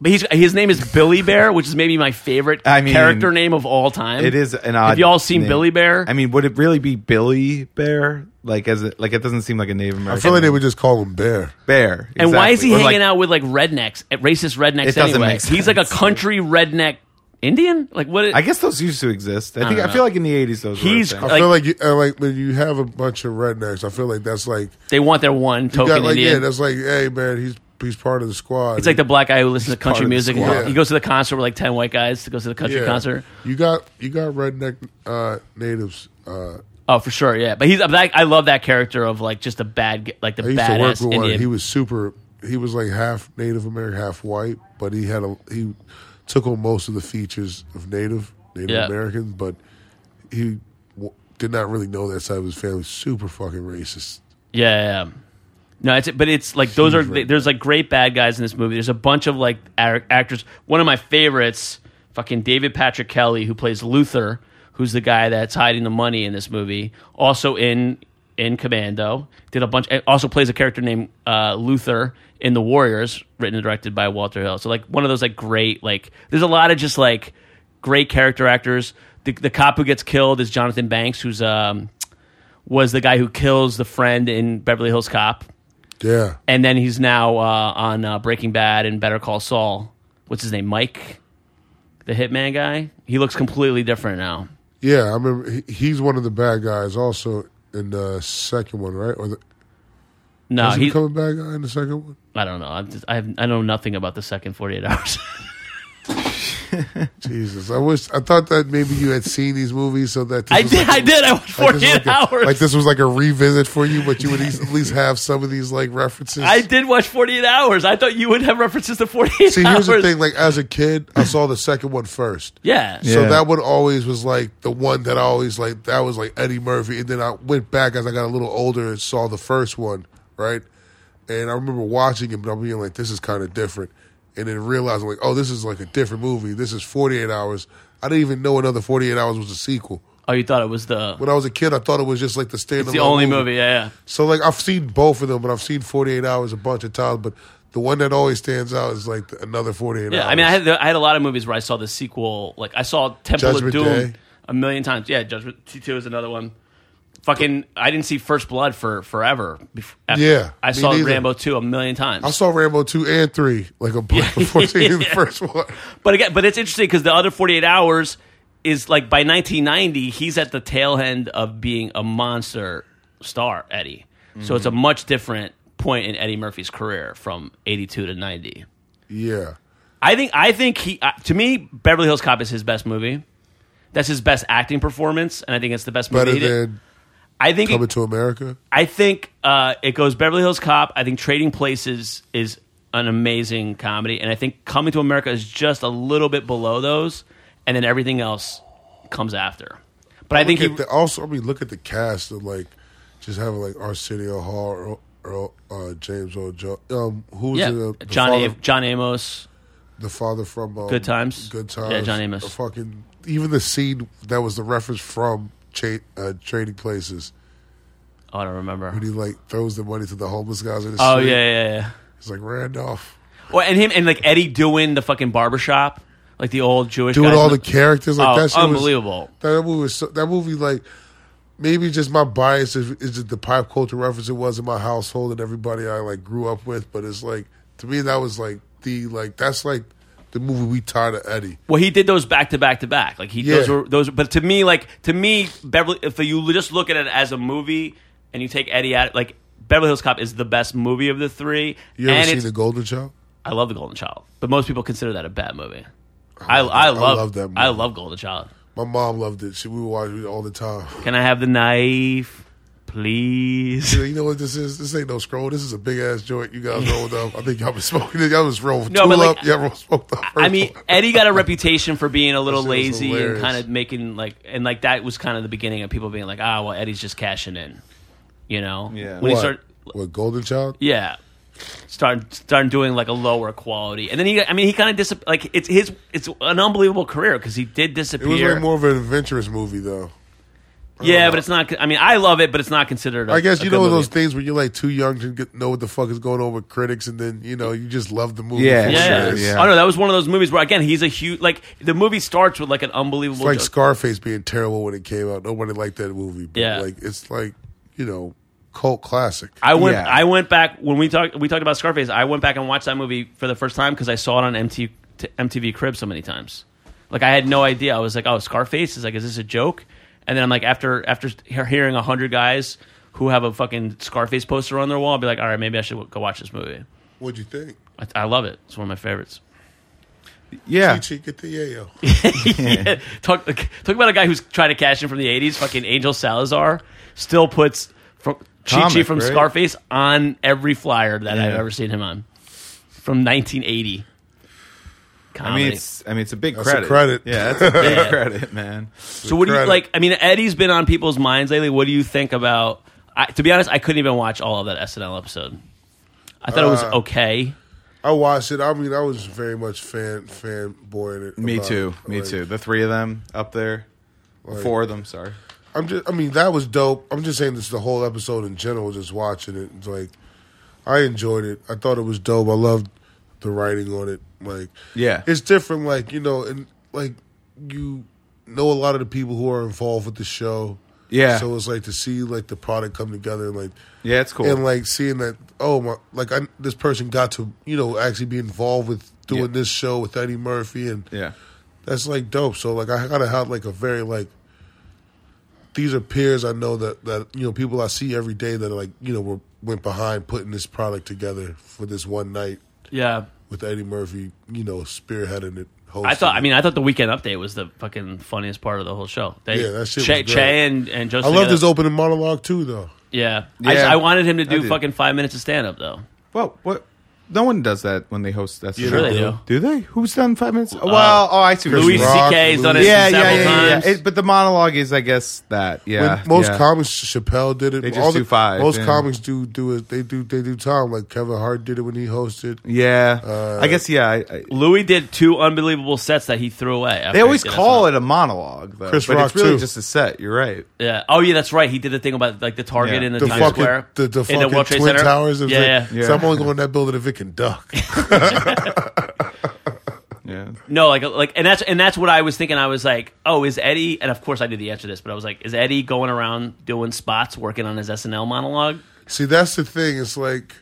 But he's, his name is Billy Bear, which is maybe my favorite
I mean,
character name of all time.
It is an odd.
Have y'all seen
name.
Billy Bear?
I mean, would it really be Billy Bear? Like as it, like it doesn't seem like a Native American.
I feel like they would just call him Bear.
Bear.
And why is
exactly.
he
Or,
hanging
like,
out with like rednecks, eh, racist rednecks?
It doesn't
anyway,
make
he's like a
sense.
country redneck Indian. Like what?
I guess those used to exist. I think
don't
I,
know.
feel like in the 80s those. were a
He's-
thing.
I
Like-
feel like you, uh, like when you have a bunch of rednecks, I feel like that's like
they want their one
you
token
got, like yeah,
Indian.
that's like hey man, he's he's part of the squad.
it's like the black guy who listens to
part
country
of the
music.
squad.
He goes to the concert with like ten white guys to go to the country concert.
You got you got redneck uh, natives. Uh,
Oh, for sure, yeah. But he's but I, I love that character of like just a bad, g- like the
I used to work
badass
with one.
Indian.
He was super. He was like half Native American, half white, but he had a he took on most of the features of Native Native
Yeah.
Americans, but he w- did not really know that side of his family. Super fucking racist.
Yeah, yeah, yeah. No, it's but it's like those are there's like great bad guys in this movie. There's a bunch of like ac- actors. One of my favorites, fucking David Patrick Kelly, who plays Luther, who's the guy that's hiding the money in this movie. Also in in Commando, did a bunch. and Also plays a character named uh, Luther in The Warriors, written and directed by Walter Hill. So like one of those like great like. There's a lot of just like great character actors. The, the cop who gets killed is Jonathan Banks, who's um was the guy who kills the friend in Beverly Hills Cop,
Yeah,
and then he's now uh, on uh, Breaking Bad and Better Call Saul. What's his name? Mike, the hitman guy. He looks completely different now.
yeah. I remember he, he's one of the bad guys also in the second one, right? Or the,
No,
Does he
Uh, he.
become a bad guy in the second one?
I don't know. I'm just, I have, I know nothing about the second 48 hours.
Jesus, I wish I thought that maybe you had seen these movies so that this
I
was
did.
like
I
a-
did. I watched
like this
48
was like a-
hours.
Like this was like a revisit for you, but you would at least have some of these like references.
I did watch 48 hours. I thought you would have references to 48
See,
hours.
here's the thing. Like as a kid, I saw the second one first.
Yeah.
So
Yeah.
that one always was like the one that I always like. That was like Eddie Murphy, and then I went back as I got a little older and saw the first one, right? And I remember watching it, but I'm being like, "This is kind of different," and then realizing like, "Oh, this is like a different movie. This is 48 Hours." I didn't even know another 48 Hours was a sequel.
Oh, you thought it was the
When I was a kid, I thought it was just like the standalone.
it's the only movie. Yeah, yeah.
So like I've seen both of them, but I've seen Forty Eight Hours a bunch of times. But the one that always stands out is like the, another Forty Eight
Yeah,
Hours.
I mean, I had I had a lot of movies where I saw the sequel. Like I saw Temple
Judgment
of Doom
Day.
a million times. Yeah, Judgment T two is another one. Fucking, I didn't see First Blood for forever. Bef- after-
Yeah,
I
me
saw
neither.
Rambo two a million times.
I saw Rambo two and three like a bunch before seeing the first one.
but again, but it's interesting because the other forty eight hours is like by 1990, he's at the tail end of being a monster star, Eddie. So it's a
Mm-hmm.
much different point in Eddie Murphy's career from 82 to 90.
Yeah.
I think I think he uh, to me Beverly Hills Cop is his best movie. That's his best acting performance, and I think it's the best movie.
Better
he did.
than
I think it-
Coming to America.
I think uh, it goes Beverly Hills Cop. I think Trading Places is an amazing comedy, and I think Coming to America is just a little bit below those, and then everything else comes after. But I think he,
Look at the, also, I mean, look at the cast and like just having like Arsenio Hall, Earl, Earl, uh, James Earl Jones. Um, who was
yeah,
in the, the
John
father,
A- John Amos.
the father from um,
Good Times?
Good
Yeah,
Times.
John Amos.
The Fucking even the scene that was the reference from cha- uh, Trading Places
Oh, I don't remember.
when he like throws the money to the homeless guys in the
Oh
street.
yeah, yeah, yeah.
He's like Randolph
Well, and him and like Eddie doing the fucking barbershop, like the old Jewish
doing
guys
all
in
the characters like
Oh,
that. shit was-
unbelievable.
that movie was so, that movie like. Maybe just my bias is, is just the pop culture reference it was in my household and everybody I like grew up with, but it's like to me that was like the like that's like the movie we tied to Eddie.
Well, he did those back to back to back. Like he
Yeah.
those were those. But to me, like to me, Beverly. If you just look at it as a movie and you take Eddie out, like Beverly Hills Cop is the best movie of the three.
You
and
ever seen
it's-
the Golden Child?
I love the Golden Child, but most people consider that a bad movie. I I love,
Oh, love that
I
movie.
love Golden Child.
My mom loved it. She we would watch it all the time.
Can I have the knife, please?
She's like, you know what this is? This ain't no scroll. This is a big ass joint. You guys rolled up. I think y'all been smoking it. Y'all was rolling
No,
tool
but, like,
up. Y'all was smoked up.
I mean, Eddie got a reputation for being a little
That shit was
lazy and
hilarious.
kind of making like, and like that was kind of the beginning of people being like, ah, well, Eddie's just cashing in, you know?
Yeah.
When he
what?
started,
what Golden Child?
Yeah. Start start doing like a lower quality, and then he. I mean, he kind of dis like it's his. It's an unbelievable career because he did
It was
disappear.
like more of an adventurous movie though.
yeah, but it's not. I mean, I love it, but it's not considered. a-
I guess
a
you
good
know
movie.
those things where you're like too young to get, know what the fuck is going on with critics, and then you know you just love the movie.
Yeah,
for what
Yeah,
it
yeah.
is.
yeah.
Oh no, that was one of those movies where again he's a huge. Like the movie starts with like an unbelievable.
It's like
joke.
Scarface being terrible when it came out. Nobody liked that movie. But
Yeah.
like it's like you know cult classic.
I went.
Yeah.
I went back when we talked. We talked about Scarface. I went back and watched that movie for the first time because I saw it on MTV, t- MTV Crib so many times. Like I had no idea. I was like, "Oh, Scarface is like, is this a joke?" And then I'm like, after after he- hearing a hundred guys who have a fucking Scarface poster on their wall, I'll be like, "All right, maybe I should w- go watch this movie."
What'd you think?
I, I love it. It's one of my favorites.
Yeah.
Chi get the yayo.
yeah. Talk talk about a guy who's trying to cash in from the '80s. Fucking Angel Salazar still puts from Chi Chi
Comic,
from
right?
Scarface on every flyer that I've
Yeah.
ever seen him on from 1980.
I mean,
Comedy.
it's I mean, it's a big
a
credit.
credit.
Yeah, that's a big
Yeah.
credit, man.
so what do you
credit.
like? I mean, Eddie's been on people's minds lately. What do you think about? I, to be honest, I couldn't even watch all of that SNL episode. I thought it was okay.
I watched it. I mean, I was very much fan fanboying it.
Me
about
too.
it.
Me
Like,
too. The three of them up there. Four of them. Sorry.
I'm just. I mean, that was dope. I'm just saying this the whole episode in general. Just watching it, it's like I enjoyed it. I thought it was dope. I loved the writing on it. Like,
Yeah.
it's different. Like you know, and like you know a lot of the people who are involved with the show.
Yeah.
So it's like to see like the product come together and like
Yeah, it's cool.
and like seeing that oh my like I, this person got to you know actually be involved with doing
Yeah.
this show with Eddie Murphy and
yeah.
that's like dope. So like I gotta have like a very like these are peers I know that that you know people I see every day that are like you know were went behind putting this product together for this one night
Yeah.
with Eddie Murphy you know spearheading it.
I
hosting
thought. I
it.
mean, I thought the weekend update was the fucking funniest part of the whole show. They,
Yeah, that shit
Che,
was great.
Che and and
I
Joseph.
love this opening monologue too though.
Yeah,
Yeah.
I, just- I wanted him to do
did.
fucking five minutes of stand up though.
Well, what? No one does that when they host that.
Sure they do.
Do they? Who's done five minutes? well, oh, I see. what you
Louis
mean.
Rock,
C.K. has done it
Louis-
yeah, yeah,
several
yeah, yeah, yeah.
times.
It, but the monologue is, I guess, that. Yeah,
When most
yeah.
comics, Chappelle did it.
They just
the,
do five,
Most
yeah.
comics do do it. They do they do time like Kevin Hart did it when he hosted.
Yeah,
Uh,
I guess. Yeah, I, I,
Louis did two unbelievable sets that he threw away. after
they
he
always
did
call
SNL.
it a monologue, though,
Chris
but
Rock,
it's really
too.
just a set. You're right.
Yeah. Oh yeah, that's right. He did the thing about like the Target
Yeah.
in the,
The
Times
fucking
Square,
the, the
in
fucking
World Trade
Twin
Center.
Towers. It was
Yeah,
like-
yeah.
So
Yeah.
I'm only going in that building if it can duck.
Yeah,
No, like like, and that's and that's what I was thinking. I was like, oh, is Eddie? And of course, I knew the answer to this, but I was like, is Eddie going around doing spots, working on his SNL monologue?
See, that's the thing. It's like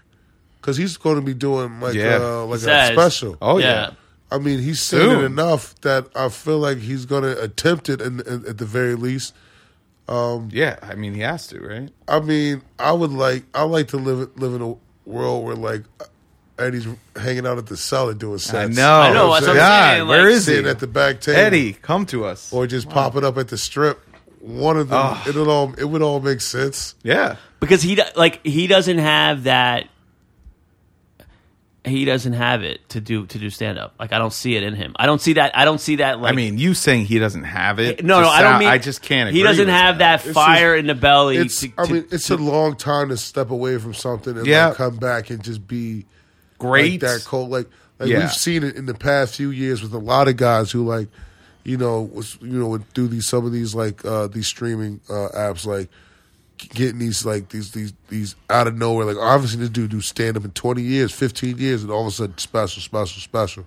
because he's going to be doing like
Yeah.
uh, like a
Says-
special.
Oh, yeah.
I mean, he's seen it
Soon.
enough that I feel like he's going to attempt it, and at the very least.
Yeah, I mean he has to, right?
I mean, I would like I like to live live in a world where like Eddie's hanging out at the cellar doing sets.
I know.
I know, that's what I'm
God,
saying,
where
like-
is
Sitting
he?
at the back table,
Eddie, come to us.
or just popping up at the strip. One of them,
Ugh.
it'll all it would all make sense.
yeah,
because he do- like he doesn't have that he doesn't have it to do to do stand up like i don't see it in him i don't see that i don't see that like
I mean, you saying he doesn't have it?
no no
just
i don't
sound-
mean
I just can't. Agree
he doesn't
with
have that,
It's
fire in the belly
It's
to-
I
to-
mean, it's a long time to step away from something and
Yeah.
like come back and just be
great.
like that cold. Like, like
Yeah.
we've seen it in the past few years with a lot of guys who like, you know, was you know would do these some of these like uh these streaming uh apps like g- getting these like these these these out of nowhere. Like obviously this dude do stand up in twenty years, fifteen years, and all of a sudden special, special, special,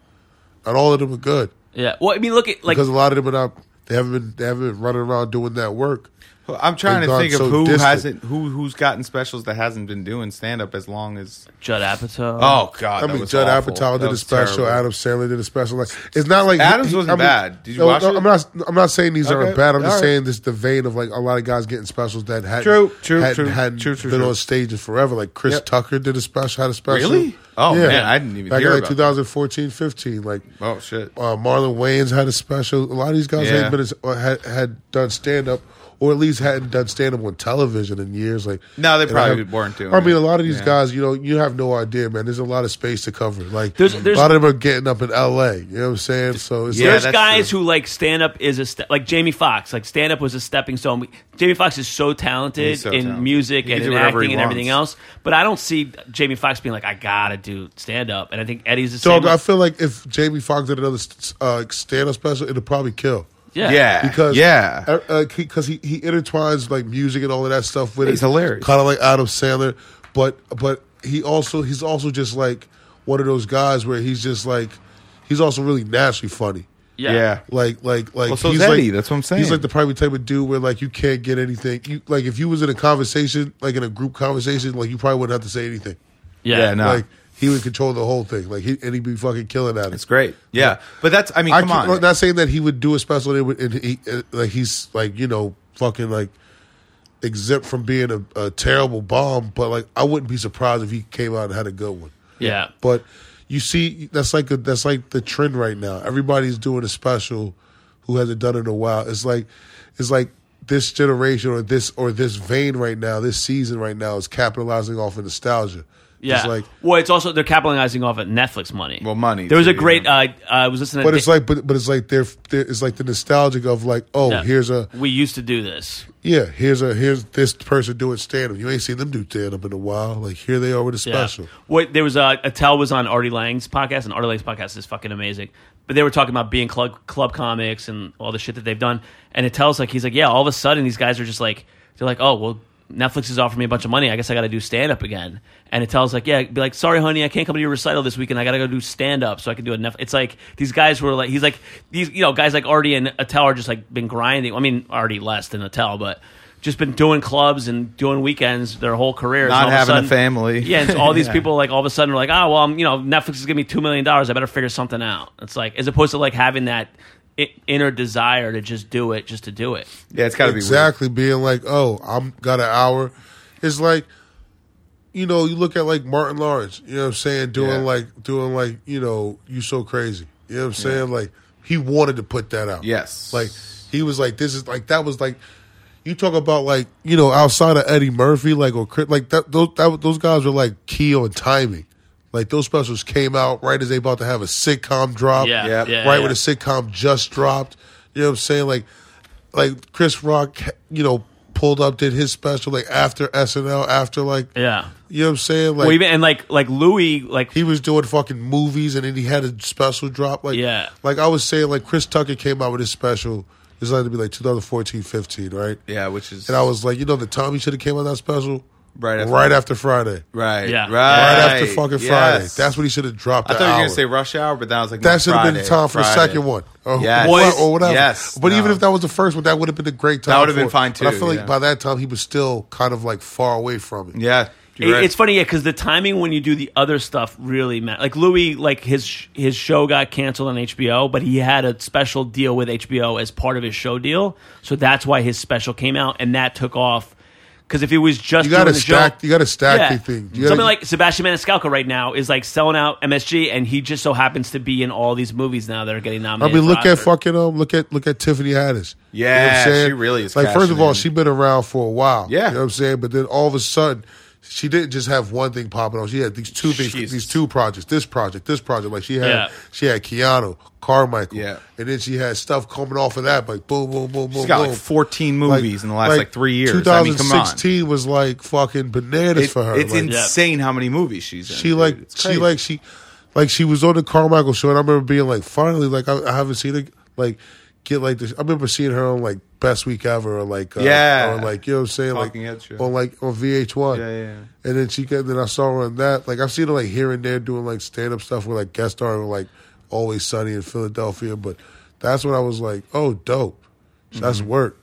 and all of them are good
yeah well i mean look at like
because a lot of them are not. They haven't been they haven't been running around doing that work.
I'm trying
They've
to think
gone
of
so
who
distant.
hasn't who who's gotten specials that hasn't been doing stand up as long as.
judd apatow
Oh God,
I
that
mean,
was
Judd
awful.
Apatow
That
did a
was
special.
terrible.
Adam Sandler did a special. Like, it's not like
Adams wasn't bad. Did you
no,
watch
no,
it?
I'm not. I'm not saying these
Okay,
aren't bad. I'm just
all right.
saying this the vein of like a lot of guys getting specials that hadn't,
True, true,
hadn't,
true,
hadn't
true, true,
been
true.
on stage in forever. Like Chris
Yep.
Tucker did a special. Had a special.
Really? Oh, man, I didn't even
Back
hear
in,
about
like
that.
2014, 15. Like
Oh shit.
uh, Marlon Wayans had a special. A lot of these guys
Yeah.
hadn't been as, or had had done stand up, or at least hadn't done stand up on television in years. Like
No, they
and
probably
I have-
weren't doing
I mean,
it.
a lot of these
Yeah.
guys, you know, you have no idea, man. There's a lot of space to cover. Like
There's- there's-
a lot of them are getting up in L.A. You know what I'm saying? So it's
Yeah,
There's
that's
guys
true.
who like stand up is a step like Jamie Foxx. Like stand up was a stepping stone. We- Jamie Foxx is so talented
He's so
in
talented.
music
He
and
can
in
do whatever
acting
he
and everything
wants.
else. But I don't see Jamie Foxx being like, I gotta do stand up. And I think Eddie's the
so
same.
I feel like if Jamie Foxx did another uh, stand up special, it'd probably kill.
yeah.
yeah.
Because
yeah.
because he, he intertwines like music and all of that stuff with
He's
it.
hilarious.
kind of like Adam Sandler, but but he also he's also just like one of those guys where he's just like he's also really naturally funny.
yeah,
yeah.
Like like like
Well, so
he's
is
like
Eddie. That's what I'm saying.
He's like the probably type of dude where like you can't get anything. You like if you was in a conversation like in a group conversation like you probably wouldn't have to say anything.
yeah,
Yeah, no.
Like he would control the whole thing. Like he and he'd be fucking killing at it.
It's great. Yeah. But that's I mean,
I
come
can't-
on.
I'm not saying that he would do a special. And it would, and he, uh, like he's like you know fucking like exempt from being a, a terrible bomb, but like I wouldn't be surprised if he came out and had a good one.
yeah.
But you see, that's like a, that's like the trend right now. Everybody's doing a special who hasn't done it in a while. It's like it's like this generation or this or this vein right now, this season right now is capitalizing off of nostalgia.
Yeah.
It's like
well, it's also they're capitalizing off of Netflix money.
Well, money,
There was a
too,
great.
yeah.
Uh, I was listening.
but
to
it's like but but it's like they're, they're it's like the nostalgic of like oh
Yeah.
here's a
we used to do this.
yeah, here's a here's this person doing stand up. You ain't seen them do stand up in a while. Like here they are with a special.
Yeah. What there was a Attell was on Artie Lang's podcast, and Artie Lang's podcast is fucking amazing. But they were talking about being club club comics and all the shit that they've done. And Attell's like, he's like, yeah, all of a sudden these guys are just like, they're like, oh well, Netflix is offering me a bunch of money. I guess I got to do stand up again. And Attell's like, yeah, be like, sorry, honey, I can't come to your recital this weekend. I got to go do stand up so I can do enough. It's like these guys were like, he's like, these you know guys like Artie and Attell are just like been grinding. I mean, Artie less than Attell, but. Just been doing clubs and doing weekends their whole career.
Not
all of
having a
sudden-
family.
Yeah, it's all these
Yeah.
people people like all of a sudden are like, oh well, I'm, you know, Netflix is giving me two million dollars. I better figure something out. It's like as opposed to like having that i- inner desire to just do it, just to do it.
yeah, it's got to be weird.
exactly being like, oh, I'm got an hour. It's like, you know, you look at like Martin Lawrence. You know what I'm saying? Doing
Yeah.
like doing like you know, you so crazy. You know what I'm saying? Like he wanted to put that out.
Yes.
Like he was like, this is like that was like. You talk about like you know outside of Eddie Murphy like or Chris, like that those that, those guys were like key on timing, like those specials came out right as they about to have a sitcom
Oh,
drop,
Yeah,
Yep.
yeah,
right
yeah.
when the sitcom just dropped. You know what I'm saying? Like, like Chris Rock, you know, pulled up, did his special like after SNL, after like,
yeah.
you know what I'm saying? Like,
well, even and like like Louis, like
he was doing fucking movies, and then he had a special drop. Like,
Yeah.
like I was saying, like Chris Tucker came out with his special. It's like to be like 2014, 15, right?
Yeah, which is
And I was like, you know, the time he should have came out with that special
Right after-
right after Friday,
right.
Yeah.
Right.
right after fucking Friday.
Yes.
That's what he should have dropped.
I
the
thought you were
hour.
gonna say rush hour, but then I was like, no,
That should have been the
Friday,
time for
Friday.
the second one, or,
Yes.
what- or whatever.
Yes.
but even
No.
if that was the first one, that would have been a great time.
would have been
for it.
fine
But I
too,
feel like
yeah.
by that time he was still kind of like far away from it.
Yeah, You're
It-
right.
It's funny, yeah, because the timing when you do the other stuff really matters. Like Louis, like his sh- his show got canceled on HBO, but he had a special deal with HBO as part of his show deal, so that's why his special came out and that took off. Because if it was just
You gotta
doing the show-
stack- you gotta stack the thing. You gotta-
Something like Sebastian Maniscalco right now is like selling out MSG, and he just so happens to be in all these movies now that are getting
I
nominated.
mean, look
for
at
Oscar.
fucking um, look at look at Tiffany Haddish.
Yeah, she really is
Like, first
cashing
of all,
in.
she's been around for a while.
Yeah.
you know what I'm saying. But then all of a sudden, she didn't just have one thing popping off. She had these two things,
Jesus.
these two projects, this project, this project. Like she had,
Yeah.
she had Keanu, Carmichael,
Yeah.
and then she had stuff coming off of that, like boom, boom, boom, boom.
She's got
boom.
like 14 movies in the last like, three years. I mean, come on.
2016 was like fucking bananas
It-
for her.
It's
like,
insane how many movies she's in.
she
dude.
like
It's
she
crazy.
like she like she was on the Carmichael show, and I remember being like, finally, like I, I haven't seen it like get like this. I remember seeing her on like Best Week Ever or like uh,
Yeah.
or like you know what I'm saying
Talking Head
like
show.
on like on VH1.
Yeah, yeah, yeah.
And then she got then I saw her on that. Like I've seen her like here and there doing like stand up stuff with like guest starring with, like Always Sunny in Philadelphia, but that's when I was like, oh, dope. That's
Mm-hmm.
work.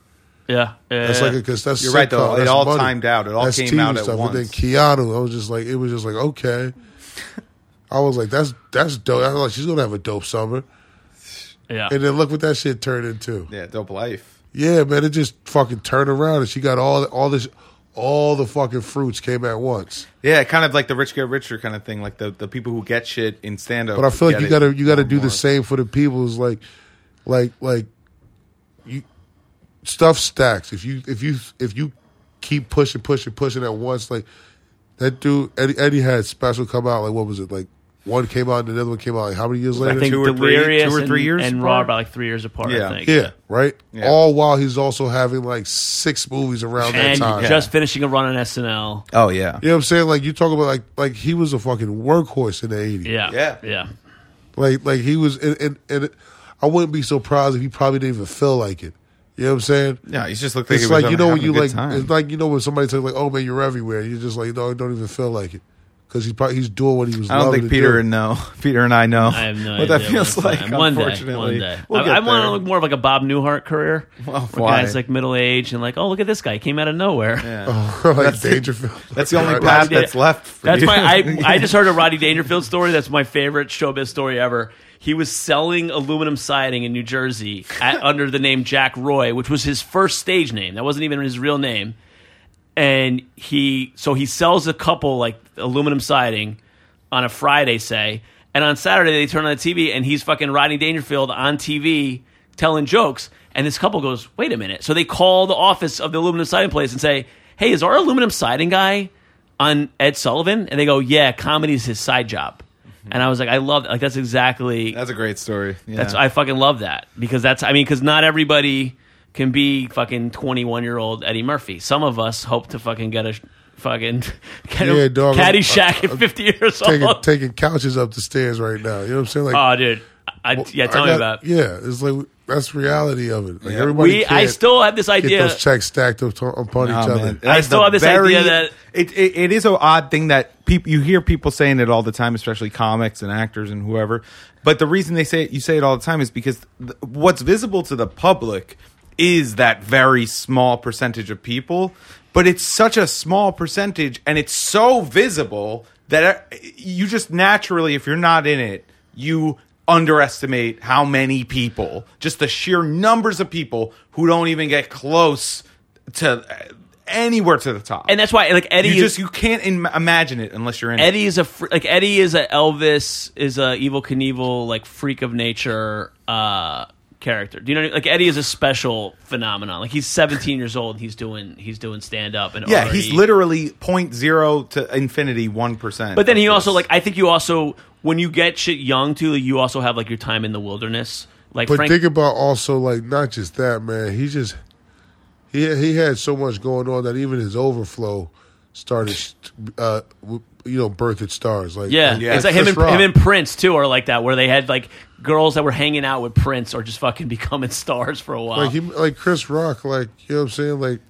yeah, yeah,
That's
yeah.
like because that's
You're right, though.
sitcom,
It
that's
all
money.
timed out. It all
That's
came
TV
out at
stuff. And then
once.
Keanu, I was just like, it was just like okay. I was like, that's that's dope. I was like, she's gonna have a dope summer.
yeah.
And then look what that shit turned into.
Yeah, dope life.
Yeah, man, it just fucking turned around, and she got all all this, all the fucking fruits came at once.
Yeah, kind of like the rich get richer kind of thing. Like the, the people who get shit in stand up.
But I feel like you gotta you gotta do the same for the people. Is like, like like, you stuff stacks. If you if you if you keep pushing pushing pushing at once, like that dude Eddie Eddie had special come out. Like what was it? Like one came out and another one came out. Like how many years later?
I think
two or three-
Delirious
two or three
and,
years
and Raw
apart?
are about like three years apart.
Yeah.
I think.
yeah, right.
Yeah.
All while he's also having like six movies around that
and
time.
just finishing a run on SNL.
Oh, yeah.
you know what I'm saying? Like you talk about like like he was a fucking workhorse in the '80s.
Yeah,
Yeah.
yeah.
Like like he was and and, and I wouldn't be surprised if he probably didn't even feel like it. You know what I'm saying?
Yeah, he's just looked like
It's
he was
like you know when you like
Time.
it's like you know when somebody says like oh man you're everywhere you're just like no I don't even feel like it because he's probably he's doing what he was.
I don't
loving
think
to
Peter
do.
know. Peter and I know.
I have no
what
idea.
that feels
what's
like.
going on. One day,
unfortunately,
one day.
We'll
I, I
get
want to
there.
look more of like a Bob Newhart career.
Well,
where
why?
Guys like middle age and like, oh look at this guy, he came out of nowhere.
like Dangerfield.
That's the only
Right.
path
Yeah.
that's left. For
That's
you.
my. I I just heard a Roddy Dangerfield story. That's my favorite showbiz story ever. He was selling aluminum siding in New Jersey at, under the name Jack Roy, which was his first stage name. That wasn't even his real name. And he so he sells a couple like aluminum siding on a Friday, say, and on Saturday they turn on the TV and he's fucking Rodney Dangerfield on TV telling jokes. And this couple goes, "Wait a minute!" So they call the office of the aluminum siding place and say, "Hey, is our aluminum siding guy on Ed Sullivan?" And they go, "Yeah, comedy's his side job." And I was like, "I love like that's exactly
That's a great story. Yeah.
that's I fucking love that because that's I mean because not everybody can be fucking twenty one year old Eddie Murphy. Some of us hope to fucking get a fucking get
Yeah,
a
dog, I'm-
caddy shack at fifty years
taking
old.
taking couches up the stairs right now. You know what I'm saying? Like
oh, dude, I, I- yeah,
I
tell me
got-
about.
Yeah, it's like that's reality of it. Like everybody,
We I
can't
still have this
get
idea.
those checks stacked up to- upon each
Oh,
other.
man.
I
That's
still
the
have this
very-
idea that-
it, it, it is an odd thing that people you hear people saying it all the time, especially comics and actors and whoever. But the reason they say it, you say it all the time, is because th- what's visible to the public is that very small percentage of people. But it's such a small percentage, and it's so visible that uh, you just naturally, if you're not in it, you underestimate how many people, just the sheer numbers of people who don't even get close to uh, anywhere to the top.
and that's why like Eddie
you
is-
just you can't im- imagine it unless you're in it.
Eddie is a fr- like Eddie is a Elvis is a evil Knievel like freak of nature uh character. Do you know what I mean? like Eddie is a special phenomenon. Like he's 17 years old and he's doing he's doing stand up and
Yeah,
already-
he's literally point zero to infinity one percent.
But then he also like I think you also when you get shit young too, like, you also have like your time in the wilderness. Like
But
Frank,
think about also like not just that man. He just he he had so much going on that even his overflow started, uh, w- you know, birthed stars. Like
yeah.
Yeah,
it's like
Chris
him and,
Rock.
him and Prince too are like that, where they had like girls that were hanging out with Prince or just fucking becoming stars for a while.
like he like Chris Rock. Like you know what I'm saying. Like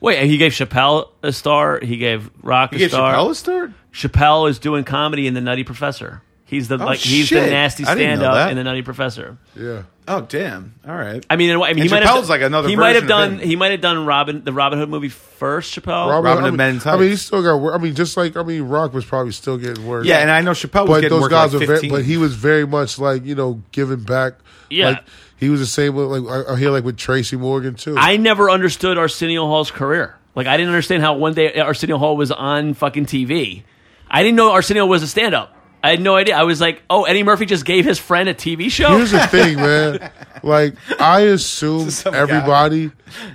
Wait, he gave Chappelle a star. He gave Rock
he
a
gets
star.
Chappelle a star?
Chappelle is doing comedy in The Nutty Professor. He's the
Oh,
like he's the
shit.
nasty
I didn't know
stand up
that.
in the Nutty Professor.
Yeah.
Oh damn! All right.
I mean, in a way- I mean,
And
he might have
Chappelle's like another
He might have
version of
done.
him.
He might have done Robin the Robin Hood movie first. Chappelle.
Robin
I
of
mean,
Men in
I mean, he
Tights.
still got work. I mean, just like I mean, Rock was probably still getting work.
yeah, and I know Chappelle was
but
getting
those
work
guys
like
were, very,
15.
but he was very much like you know giving back.
Yeah.
like, he was the same. with, Like I, I hear, like with Tracy Morgan too.
I never understood Arsenio Hall's career. Like I didn't understand how one day Arsenio Hall was on fucking TV. I didn't know Arsenio was a stand up. I had no idea. I was like, oh, Eddie Murphy just gave his friend a TV show.
Here's the thing, man. Like I assumed
Some guy.
everybody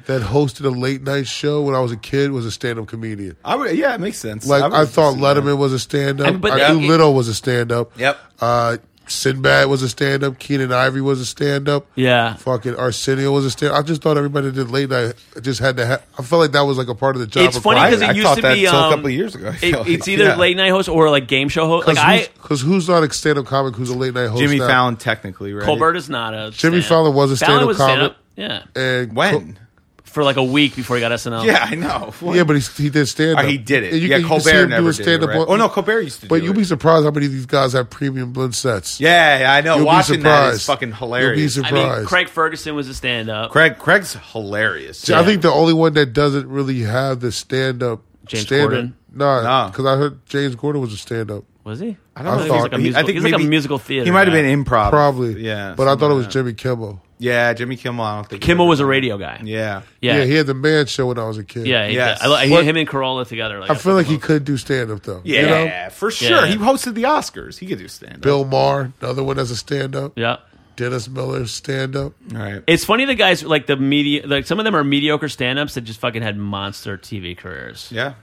that hosted a late night show when I was a kid was a stand up comedian.
I would, yeah, it makes sense.
Like
would
I, thought
see
Letterman
that.
was a stand
I
up.
mean, but-
I
Yeah.
knew Little was a stand up.
Yep.
Uh, Sinbad was a stand up. Keenan Ivory was a stand up.
yeah.
Fucking Arsenio was a stand. I just thought everybody that did late night just had to. Ha- I felt like that was like a part of the job.
It's funny because
I
it used
thought
to
that
be
till a
um,
couple years ago, I
it-
feel like.
it's either
Yeah.
late night host or like game show host. Like
because
I,
who's, 'cause who's not a stand up comic who's a late night host?
Jimmy
now?
Fallon, technically, right?
Colbert is not a
Jimmy
stand-up.
Fallon was a
Fallon
stand-up
was a stand-up.
comic.
Yeah,
and
When?
for like a week before he got SNL.
Yeah, I know. What?
Yeah, but he, he did stand
Or
up.
Oh, he did it. yeah, Colbert never did it. Right? Oh no, Colbert used to.
But
do
you'd
it.
be surprised how many of these guys have premium blend sets.
Yeah, yeah, I know.
You'll be
Watching that is
surprised.
fucking hilarious.
You'll be surprised.
I mean, Craig Ferguson was a stand up.
Craig, Craig's hilarious.
See, I think the only one that doesn't really have the stand up.
James
stand
Corden?
Nah,
Nah.
because I heard James Gordon was a stand up.
was he? I
know.
He's like a
thought-
musical.
I think
he's like
maybe-
a musical theater.
He might have
guy.
been improv,
Probably.
Yeah,
But I thought it
something
was
like that.
Jimmy Kimmel.
Yeah, Jimmy Kimmel. I don't think
Kimmel was a radio guy.
Yeah,
Yeah.
yeah,
he had the man show when I was a kid.
Yeah, he-
Yes.
I, lo- I,
What-
him and Corolla together. Like,
I feel like he could do stand up though.
yeah,
You know?
for sure.
Yeah.
He hosted the Oscars. He could do stand up.
Bill Maher, another one as a stand up.
yeah.
Dennis Miller, stand up.
All right.
It's funny the guys like the media, like some of them are mediocre stand-ups that just fucking had monster TV careers.
yeah.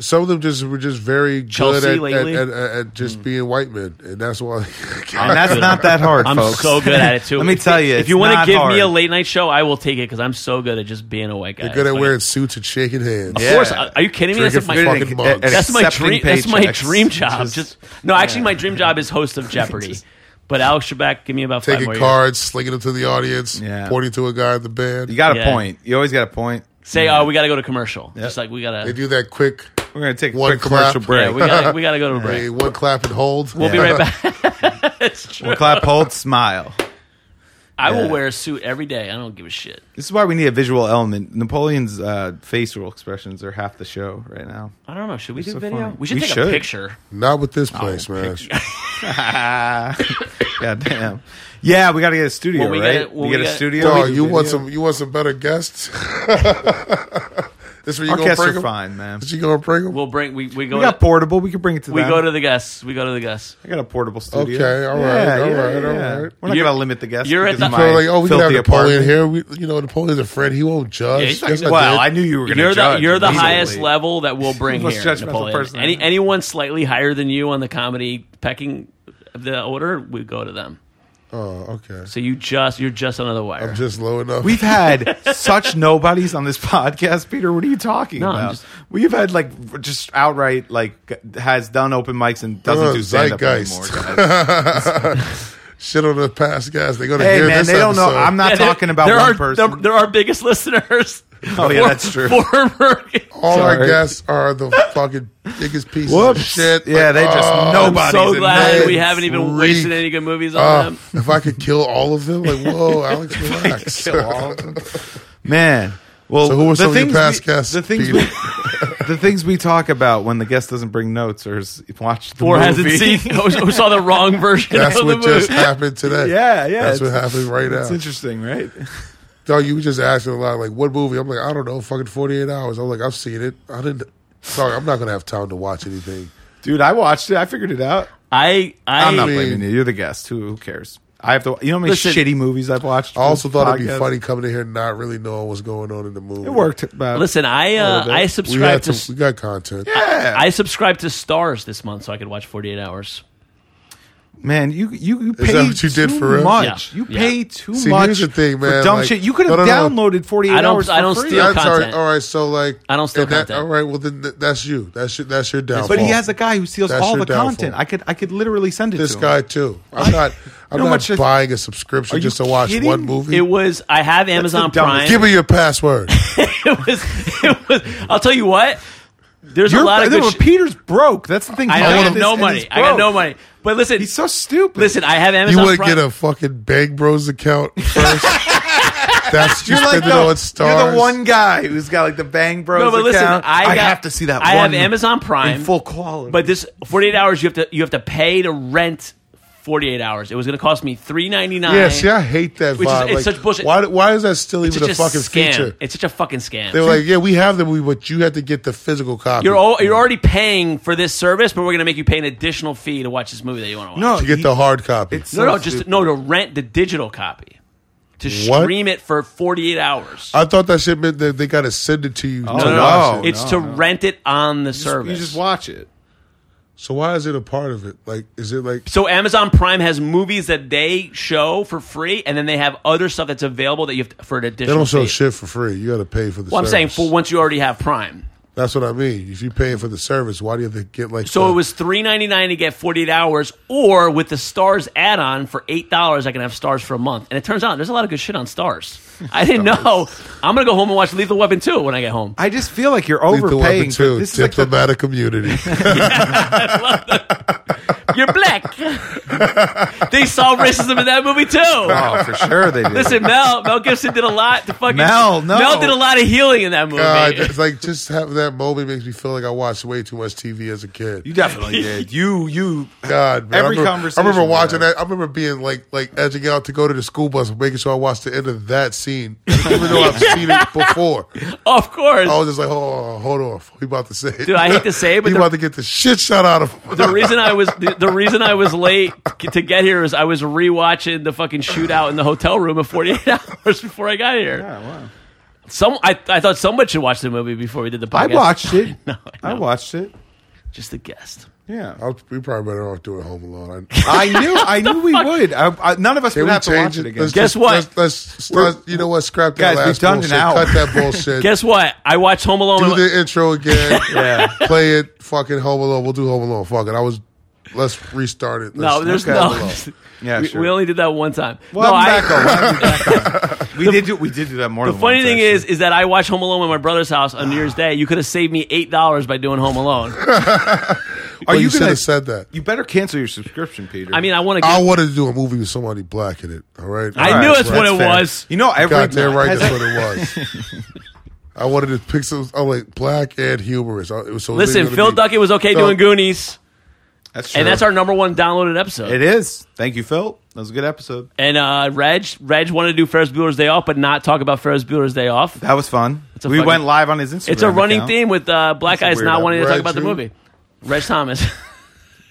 Some of them just were just very
Chelsea
good at,
lately?
at, at, at
Hmm.
just being white men, and that's why.
And that's
good.
not that hard,
I'm
folks.
so good at it too.
Let me
If-
tell you,
if
it's
you want to
not
give
hard.
me a late night show, I will take it because I'm so good at just being a white guy.
They're good at
Fucking-
wearing suits and shaking hands.
Of course,
Yeah.
are you kidding me? That's
Drinking
my
fucking
Good at-
mugs.
at- at
that's my
accepting
dream. That's my
paychecks.
dream job.
Just-
Just, no, actually, my dream job is host of Jeopardy. but Alex Trebek, give me about five more
Taking
years.
cards, slinging them to the audience,
Yeah.
pointing to a guy in the band.
you got a
Yeah.
point. You always got a point.
Say, oh, we got to go to commercial. Just like we got
they
to.
do that quick,
We're gonna take a
One
quick commercial
clap.
break.
Yeah, we got we got to go to a
a
break.
one clap and hold.
We'll be right back. it's true.
One clap, hold, smile.
I will
Yeah.
wear a suit every day. I don't give a shit.
This is why we need a visual element. Napoleon's uh, facial expressions are half the show right now.
I don't know. Should we do
so
video?
funny.
We should
We
take
should.
a picture.
Not with
Oh,
this place, man.
God damn. Yeah, we got to get a studio,
Well, we
right?
gotta- well,
we
we
get a
gotta-
studio.
Dog,
We-
Oh, you want
video.
some? You want some better guests? this where you
Our
gonna
guests
bring
are
them?
fine, man.
Is you gonna bring them?
We'll bring we we go
We got
to,
portable. We can bring it to
we
them.
go to the guests. We go to the guests.
I got a portable studio.
okay, all right, all right,
yeah.
all right.
We're not
You're-
going to limit the guests.
you're at
because
the-
of
So
my
like, oh, we can have
filthy
Napoleon
apartment.
here. We, you know, Napoleon's a friend. He won't judge.
Yeah, he's not
Yes, I
Well,
did.
I knew you were going to
You're the
judge.
you're the
easily.
highest level that we'll bring
Most
here,
judgmental
Napoleon.
person I
Any
know.
anyone slightly higher than you on the comedy pecking of the order, we go to them.
Oh, okay.
So you just you're just another wire.
I'm just low enough.
We've had such nobodies on this podcast, Peter. What are you talking
No, I'm
about?
just-
We've had like just outright like has done open mics and doesn't
Uh,
do stand up anymore.
zeitgeist.
guys.
Shit on the past guys. They gonna
Hey
hear
man,
this
they don't know.
episode.
I'm not
Yeah, there-
talking about
there
one
are,
person.
There, there are biggest listeners.
Oh, yeah,
For-
that's true.
Former.
All our
Sorry.
guests are the fucking biggest pieces
Whoops.
of shit.
Yeah,
Like,
they just
oh,
know
I'm
Nobody's
so
in
glad
there.
we haven't even
Freak.
wasted any good movies on
uh,
them.
if I could kill all of them, like whoa, Alex, relax.
Man, well,
So who were
the
some of your
things
past
we,
guests,
The things
Peter?
we, the things we talk about when the guest doesn't bring notes or has watched the
Or
movie.
hasn't seen who who saw the wrong version
That's
of the
what
movie.
just happened today.
Yeah, yeah, it's-
That's what happened right
It's
now.
interesting, right?
Dog, you were just asking a lot, like what movie? I'm like, I don't know, fucking 48 hours. I'm like, I've seen it. I didn't. Sorry, I'm not gonna have time to watch anything.
Dude, I watched it. I figured it out.
I I
I'm not
mean-
blaming you. You're the guest. Who, who cares? I have to. You know how many
Listen,
shitty movies I've watched.
I also thought it'd be funny coming in here and not really knowing what's going on in the movie.
It worked. But
listen. I uh,
bit.
I
We
subscribe
got
to.
some, we got content.
I subscribed to Stars this month so I could watch 48 Hours.
man, you you, you
that
paid
what you did
too
for real?
much.
Yeah.
You
Yeah.
pay too
See,
much.
here's the thing,
for
man,
dumb
like-
shit. You could have
No, no, no.
downloaded 48
I don't-
hours.
I
for
don't
free.
steal-
That's all right.
content.
All right. So like,
I don't steal
and that-
content.
All right. Well, then th- that's you. That's your, that's your downfall.
But he has a guy who steals
That's
all
your
the content.
downfall.
I could I could literally send it
this
to him.
guy too. I'm not. I'm
know how
not
much I-
buying a
Are
subscription
you
just to watch
kidding?
one movie.
It was I have Amazon
dumbest-
Prime.
Give me your password.
it was it was I'll tell you what. There's a lot of
no,
good.
but
sh-
Peter's broke. That's the thing.
I,
He's
I
like
have
this
no
and
money.
he's
I got
broke.
no money. But listen,
He's so stupid.
listen. I have
You
Amazon.
want to
Prime.
get a fucking Bang Bros account first? That's
You're
just
like
spending
the,
all its stars.
you're the one guy who's got like the Bang Bros.
No, but listen,
account.
I, got,
have to see that.
I
one
have Amazon Prime
in full quality.
But this 48 hours, you have to you have to pay to rent 48 hours. It was going to cost me 3.99.
Yeah, see, I hate that
Which is-
vibe.
it's
like,
such bullshit.
Why, why is that still
it's
even a
such a
fucking
scam.
feature?
It's such a fucking scam.
They're like, yeah, we have them, but you had to get the physical copy.
you're all, you're already paying for this service, but we're going to make you pay an additional fee to watch this movie that you want to watch.
no,
to get
he-
the hard copy.
It's
no,
so
no, just
stupid.
no to rent the digital copy to
What? Oh,
stream it for 48 hours.
I thought that shit meant that they got to send it to you to
Oh, no, no,
watch
no,
it.
it's to rent it on the service.
You just watch it.
So why is it a part of it? Like, is it like
So Amazon Prime has movies that they show for free, and then they have other stuff that's available that you have to, for an
they
additional.
don't show
fee.
shit for free? You got to pay for the.
Well, I'm
service.
saying for once you already have Prime.
That's what I mean. If you're paying for the service, why do you have to get like?
So
the-
it was three ninety nine to get forty eight hours, or with the Stars add on for eight dollars, I can have Stars for a month. And it turns out there's a lot of good shit on Stars. I didn't know. I'm gonna go home and watch Lethal Weapon two when I get home.
I just feel like you're
Lethal Weapon
overpaying. for-
Two,
This is like the-
diplomatic community.
You're black. they saw racism in that movie too.
oh, for sure they did.
Listen, Mel Mel Gibson did a lot to fucking
Mel, no.
Mel did a lot of healing in that movie.
God, it's like just having that moment makes me feel like I watched way too much TV as a kid.
you definitely did. You you
God, man. I
Every
remember,
conversation
I remember
we
watching
had.
that. I remember being like, like edging out to go to the school bus, and making sure I watched the end of that scene, even though I've seen it before.
of course.
I was just like, oh, hold off. He about to say it.
Dude, I hate to say it, but
he
the-
about to get the shit shot out of him.
the reason I was the, the reason I was late to get here is I was rewatching the fucking shootout in the hotel room of 48 hours before I got here. Some I, I thought someone should watch the movie before we did the
I
podcast.
watched it.
No, I
I
know.
watched it.
just a guest.
Yeah.
I'll, we probably better off doing Home Alone. I,
I knew. I knew we would. I, I, none of us
Can
would
we
have to watch
change it?
it again.
Let's
Guess
just-
what?
Let's, let's start. You know what? Scrap that
Guys,
last
we've done an
bullshit.
hour.
Cut that bullshit.
Guess what? I watched Home Alone.
do
and-
the intro again.
Yeah.
Play it. Fucking Home Alone. We'll do Home Alone. Fuck it. I was. Let's restart it.
no,
Let's-
there's
Okay. Home
no.
Alone. Yeah,
we,
sure.
we only did that one time.
Well,
no,
I'm
I-
back on. I'm back on. We did do. We did do that more.
the
than
funny
once,
thing
actually.
is, is that I watched Home Alone at my brother's house on New Year's Day. You could have saved me eight dollars by doing Home Alone.
are
Well,
you,
you should
gonna
have said that.
You better cancel your subscription, Peter.
I mean, I want to.
I wanted to do a movie with somebody black in it. All right.
I knew it's what it
fair.
was.
You know, every
God damn right,
has
that's
that-
what it was. I wanted to pick some. I like black and humorous. I, it was so
Listen,
gonna
Phil
be-
Duckett was okay
So-
doing Goonies,
That's true.
and that's our number one downloaded episode.
It is. Thank you, Phil. That was a good episode.
And uh, Reg, Reg wanted to do Ferris Bueller's Day Off, but not talk about Ferris Bueller's Day Off.
That was fun.
a
we
fucking-
went live on his Instagram.
It's a running
account.
theme with uh, black
That's a
guys
weird
not
app.
wanting to
Reg
talk about the
who?
movie. Reg Thomas.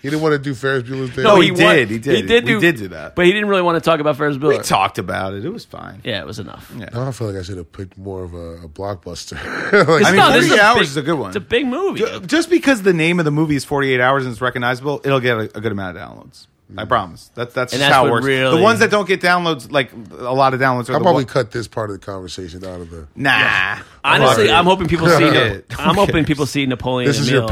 He didn't want to do Ferris Bueller's Day.
No,
Off.
he,
wa-
did. He did.
He did
We
do,
did do that.
but he didn't really want to talk about Ferris
We
Bueller.
talked about it. It was fine.
yeah, it was enough.
Now I feel like I should have picked more of a, a blockbuster.
It's
Like,
I mean,
not- this
48
a
hours
big-
is a good one.
It's a big movie.
Just because the name of the movie is 48 hours and it's recognizable, it'll get a, a good amount of downloads.
Mm.
I promise. That's that's,
And
just
that's
how it
what
works.
really-
The ones that don't get downloads, like a lot of downloads, are
I'll
the one-
probably cut this part of the conversation out of the.
nah. Oh, Fuck
Honestly,
it.
I'm hoping people see.
Okay.
I'm hoping people see Napoleon.
This is
Emile.
your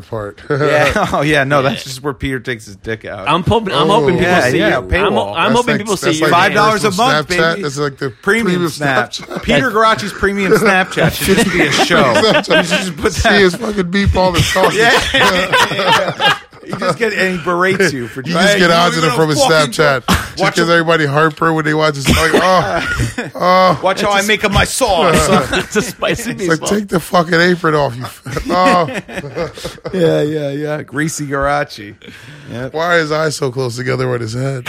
Patreon part.
Yeah. Oh yeah. No, that's just where Peter takes his dick out.
I'm hoping. I'm
Oh.
hoping people
Yeah,
see.
yeah,
you. I'm,
paywall.
I'm
That's
hoping
like-
people see
that's
your
like
Five
name.
dollars a month,
Snapchat.
baby.
That's like the
premium
premium
snap.
Snapchat.
Peter Garachi's premium Snapchat should just be a show. You should just put
See his
that.
fucking beef all the sausage.
You just get and he berates you for
You just get odds of it from his Snapchat.
Watch
Just gives
him-
everybody heartburn when they watch it. It's like, oh,
Watch how I make up my sauce.
it's a spicy
it's like,
meatball.
take the fucking apron off you. Oh,
yeah, yeah, yeah. Greasy Garachi.
why are his eyes so close together on his head?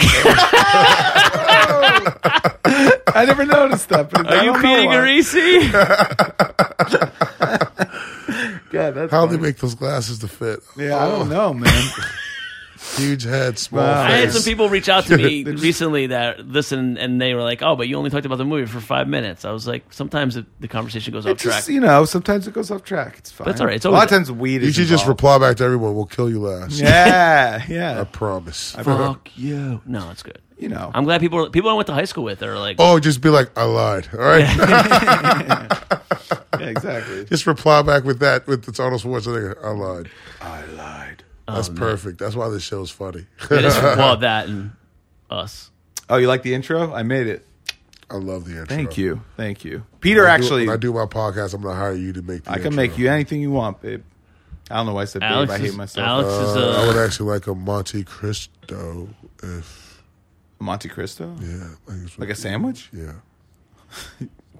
I never noticed that. But
Are you Peter Garisi?
Yeah, that's
How Oh. do they make those glasses to fit?
yeah, I don't know, man.
Huge head, small
Wow.
I
face.
had some people reach out to me recently that listen, and they were like, "Oh, but you only talked about the movie for five minutes." I was like, sometimes it, the conversation goes off
It
track.
just you know, sometimes it goes off track. It's fine.
That's all right. It's
a lot
always-
of times weed.
You
is
should just
involved.
reply back to everyone. We'll kill you last.
Yeah,
I
yeah.
promise.
Fuck you. No, it's good.
You know,
I'm glad people people I went to high school with are like,
Oh, just be like, I lied. All right.
yeah, exactly.
Just reply back with that with the Arnold Schwarzenegger. I lied.
I lied.
That's perfect. That's why this show's funny.
it is- well, that and us.
Oh, you like the intro? I made it.
I love the intro.
Thank you. Thank you. Peter
When I do-
actually
when I do my podcast, I'm gonna hire you to make. The
I can
intro.
make you anything you want, babe. I don't know why I said babe.
Alex
I hate
is,
myself.
Alex is
Uh, I
uh,
would actually like a Monte Cristo if
Monte Cristo?
yeah, like, it's-
Like a sandwich?
Yeah,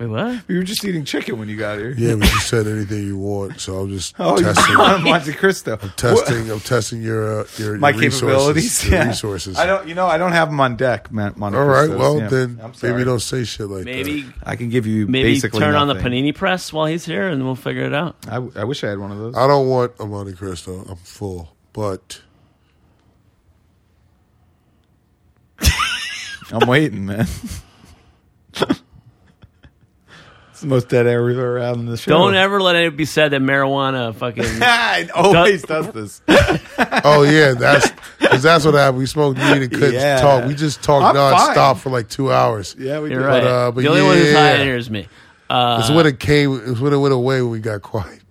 wait what?
You were just eating chicken when you got here.
yeah, but you said anything you want, so I'm just
Oh, you
testing,
want a Monte Cristo.
testing, I'm testing your uh, your
my
your resources,
capabilities.
your
yeah.
resources.
I don't. You know, I don't have them on deck, man. Monte
All right,
Cristos,
well
yeah.
then
I'm sorry.
maybe don't say shit like
Maybe
I can give you
maybe
basically
turn on the
nothing.
panini press while he's here, and we'll figure it out.
I, w- I wish I had one of those.
that. I don't want a Monte Cristo. I'm full, but
I'm waiting, man. it's the most dead air we've ever had in the show.
Don't ever let it be said that marijuana fucking.
it always does this.
oh yeah, that's because that's what happened. We smoked weed and couldn't
Yeah.
talk. We just talked
I'm
nonstop
fine.
for like two hours.
Yeah, we
You're
do.
right.
But, uh, but
the only one who's high
yeah.
in here is me.
It's when it came. It's when it went away when we got quiet.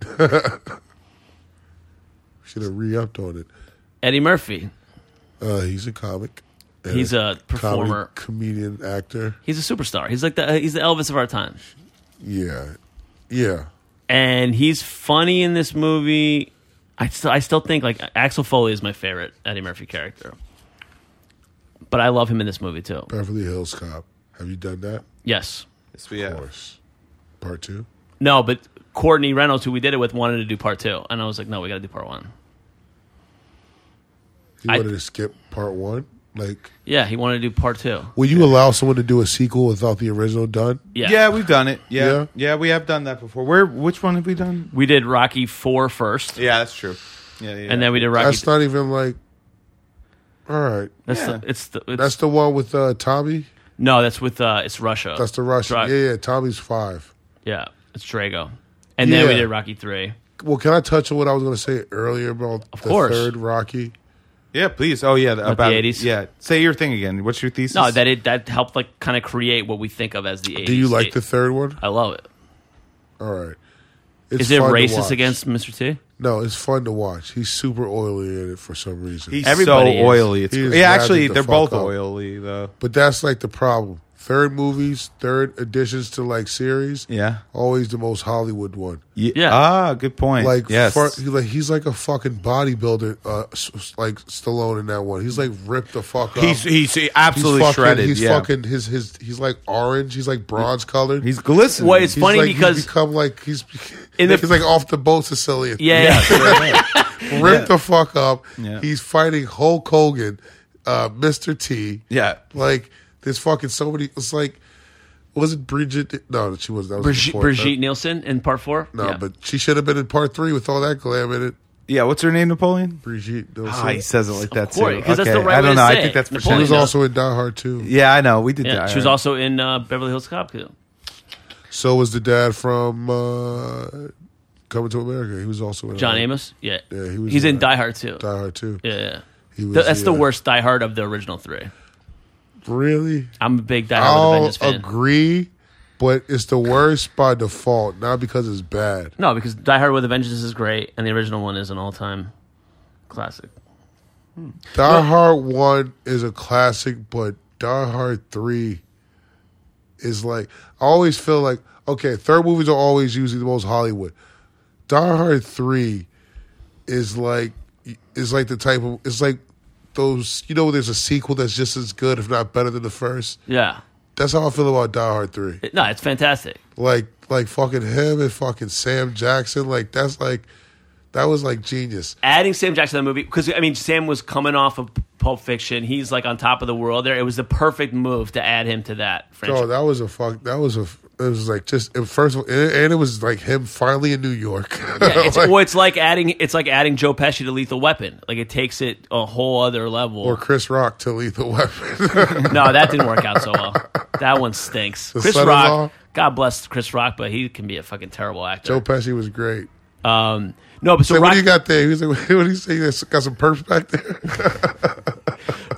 Should have re-upped on it.
Eddie Murphy.
Uh, he's a comic. and
He's a
comedy
performer.
comedian, actor.
He's a superstar. He's like the uh, he's the Elvis of our time,
Yeah, yeah.
and he's funny in this movie. I still I still think like Axel Foley is my favorite Eddie Murphy character, but I love him in this movie too.
Beverly Hills Cop. Have you done that?
Yes,
Yes, we have.
Of course. Part two.
no, but Courtney Reynolds, who we did it with, wanted to do part two, and I was like, no, we got to do part one.
He
I-
wanted to skip part one. Like,
Yeah, he wanted to do part two.
will you allow someone to do a sequel without the original done?
Yeah,
Yeah, we've done it. Yeah.
Yeah.
yeah, we have done that before. Where? Which one have we done?
we did Rocky four first,
Yeah, that's true. Yeah, yeah.
and then we did Rocky.
That's not even like. All right,
that's
yeah.
the, it's the it's,
that's the one with uh, Tommy.
no, that's with uh, it's Russia.
That's the Russian.
Right.
Yeah, yeah. Tommy's five.
yeah, it's Drago, and then we
Yeah.
did Rocky three.
Well, can I touch on what I was going to say earlier about the
course.
third Rocky?
yeah, please. Oh, yeah. About,
the 80s?
Yeah. Say your thing again. What's your thesis?
No, that it that helped like kind of create what we think of as the 80s.
Do you like
It-
the third one?
I love it.
All right.
Is
It's
it
fun to
racist
watch.
against Mr. T?
No, it's fun to watch. He's super oily in it for some reason.
He's so
Everybody is.
oily. It's
He is
yeah, actually,
ratchet the
they're
fuck
both
up.
oily though.
but that's like the problem. Third movies, third additions to like series,
Yeah.
always the most Hollywood one.
Ye-
Yeah.
Ah, good point.
Like,
yes.
fu- he- like he's like a fucking bodybuilder, uh, s- s- like Stallone in that one. He's like ripped the fuck up.
he's he's he
He's
absolutely
fucking,
shredded.
He's
yeah.
fucking his his. He's like orange. He's like bronze colored.
He's glistening.
Well, it's
He's
funny
like,
because
he's become like he's
In the-
he's like off the boat Sicilian.
yeah,
ripped the fuck up.
Yeah.
He's fighting Hulk Hogan, uh, Mr. T.
yeah.
Like there's fucking so many. It's like was it Bridget? No, she was. That was
Brigitte,
before.
Brigitte Nielsen in part four.
No,
Yeah.
but she should have been in part three with all that glam in it.
Yeah. What's her name? Napoleon.
Brigitte. Nielsen.
Ah, he says it like that too.
course, 'cause that's the right
I
way
don't
to
know.
say
I think
it.
that's for
she
Napoleon.
was
Nielsen.
also in Die Hard too.
Yeah, I know. We did.
yeah,
Die
she was
Hard.
also in uh, Beverly Hills Cop. too.
So was the dad from uh, Coming to America. He was also in
John
uh,
Amos. Yeah,
Yeah, he was
he's
in
in
that.
Die Hard too.
Die Hard too.
yeah, yeah.
He was,
Th- that's the
yeah.
worst Die Hard of the original three.
Really?
I'm a big Die Hard with a
I'll
Vengeance fan.
agree, but it's the worst by default, not because it's bad.
No, because Die Hard with a Vengeance is great, and the original one is an all-time classic.
Die Hard One is a classic, but Die Hard Three is like I always feel like okay, third movies are always usually the most Hollywood. Die Hard Three is like is like the type of it's like those you know there's a sequel that's just as good if not better than the first.
Yeah,
That's how I feel about Die Hard Three.
It- no, it's fantastic.
Like like fucking him and fucking Sam Jackson. Like that's like that was like genius.
adding Sam Jackson to the movie because I mean Sam was coming off of Pulp Fiction. He's like on top of the world there. It was the perfect move to add him to that
No,
franchise.
that was a fuck. That was a. It was like just at first, of all- and and it was like him finally in New York.
Yeah, it's,
Oh, Like-
well, it's like adding it's like adding Joe Pesci to Lethal Weapon. Like it takes it a whole other level.
or Chris Rock to Lethal Weapon.
no, that didn't work out so well. That one stinks. Chris
son-in-law?
Rock. God bless Chris Rock, but he can be a fucking terrible
Joe
actor.
Pesci was great.
Um, no, but so
Like, what
Rocky,
do you got there? He was like, what do you say? That's- Got some perps back there.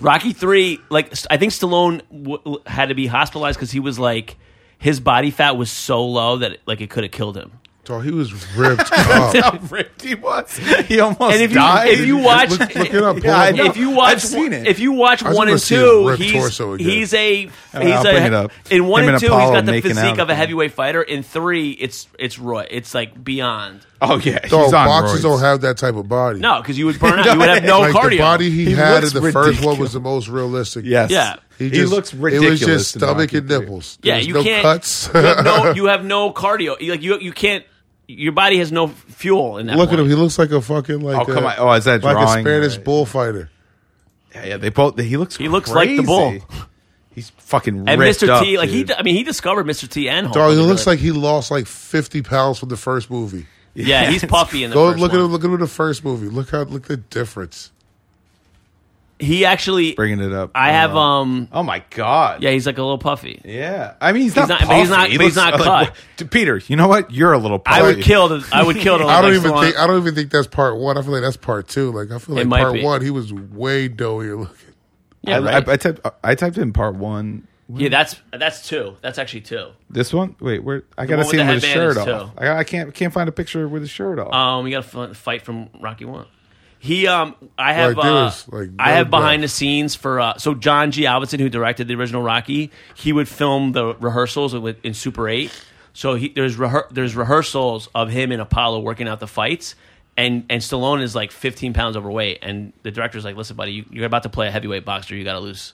Rocky three, like st- I think Stallone w- had to be hospitalized because he was like his body fat was so low that like it could have killed him.
Dog, he was ripped up.
How ripped he was. He almost
And if you
died.
if you watch
Look- look it up, pull
Yeah, I
it up.
if you watch
I've seen it.
if you watch
I
one
just wanna
and
see his
two,
ripped
he's
torso again.
he's a he's
I'll bring it
a
up.
in one
Him
and
and
two he's
Apollo
got the
making
physique
out.
of a heavyweight fighter. In three, it's it's Roy. It's like beyond.
oh yeah, he's
Dog,
on
boxers
roids.
don't have that type of body.
No, because you would burn out. You would have no
like
cardio.
the body he,
He
had in
looks
the first one
ridiculous.
was the most realistic.
Yes.
Yeah.
He, just,
looks
It
ridiculous.
was just
in the
stomach
Rocky
and
period.
nipples. There
yeah,
was
you
no
can't.
cuts.
you, have no, you have no cardio. You- Like you, you can't. Your body has no fuel in that.
Look at him.
point.
He looks like a fucking like
Oh, come
a,
on. Oh, is that
like a
drawing?
Spanish
Right.
bullfighter.
Yeah, yeah, they both. He looks.
He looks like the
crazy.
bull.
He's fucking
And
ripped
Mr.
up,
T, like
dude.
he, I mean, he discovered Mr. T and Hulk.
Dog, he
Hogan,
looks
really.
like he lost like fifty pounds from the first movie.
yeah, he's puffy in the
Go
first
look at
one.
him. Look at him in the first movie. Look how look the difference.
He actually,
bringing it up.
I have
Uh,
um,
Oh my god.
yeah, he's like a little puffy.
Yeah. I mean, he's, not.
not- but he's
puffy.
not-
He
but he's
looks
not
like-
cut.
Dude, Peter, you know what? You're a little. Puffy.
I would kill the, I would kill the.
I don't
like,
even
Stallone.
think I don't even think that's part one. I feel like that's part two. Like I feel
It
like
might
part
be.
one he was way doughier looking.
Yeah,
I,
right?
I, I typed. I typed in part one.
yeah, that's that's two. That's actually two.
This one. Wait, where? I gotta
one
see
with
him
the
with his
headband
shirt
is
off.
too.
I, I can't. Can't find a picture with his shirt off.
Um, we got a f- fight from Rocky One. He, um, I have,
Like,
uh,
there's, like,
I
no
have behind the
breath.
scenes for uh, so John G. Alvinson, who directed the original Rocky, he would film the rehearsals with, in Super Eight. So he, there's rehe- there's rehearsals of him and Apollo working out the fights, and and Stallone is like 15 pounds overweight, and the director's like, listen, buddy, you, you're about to play a heavyweight boxer, you got to lose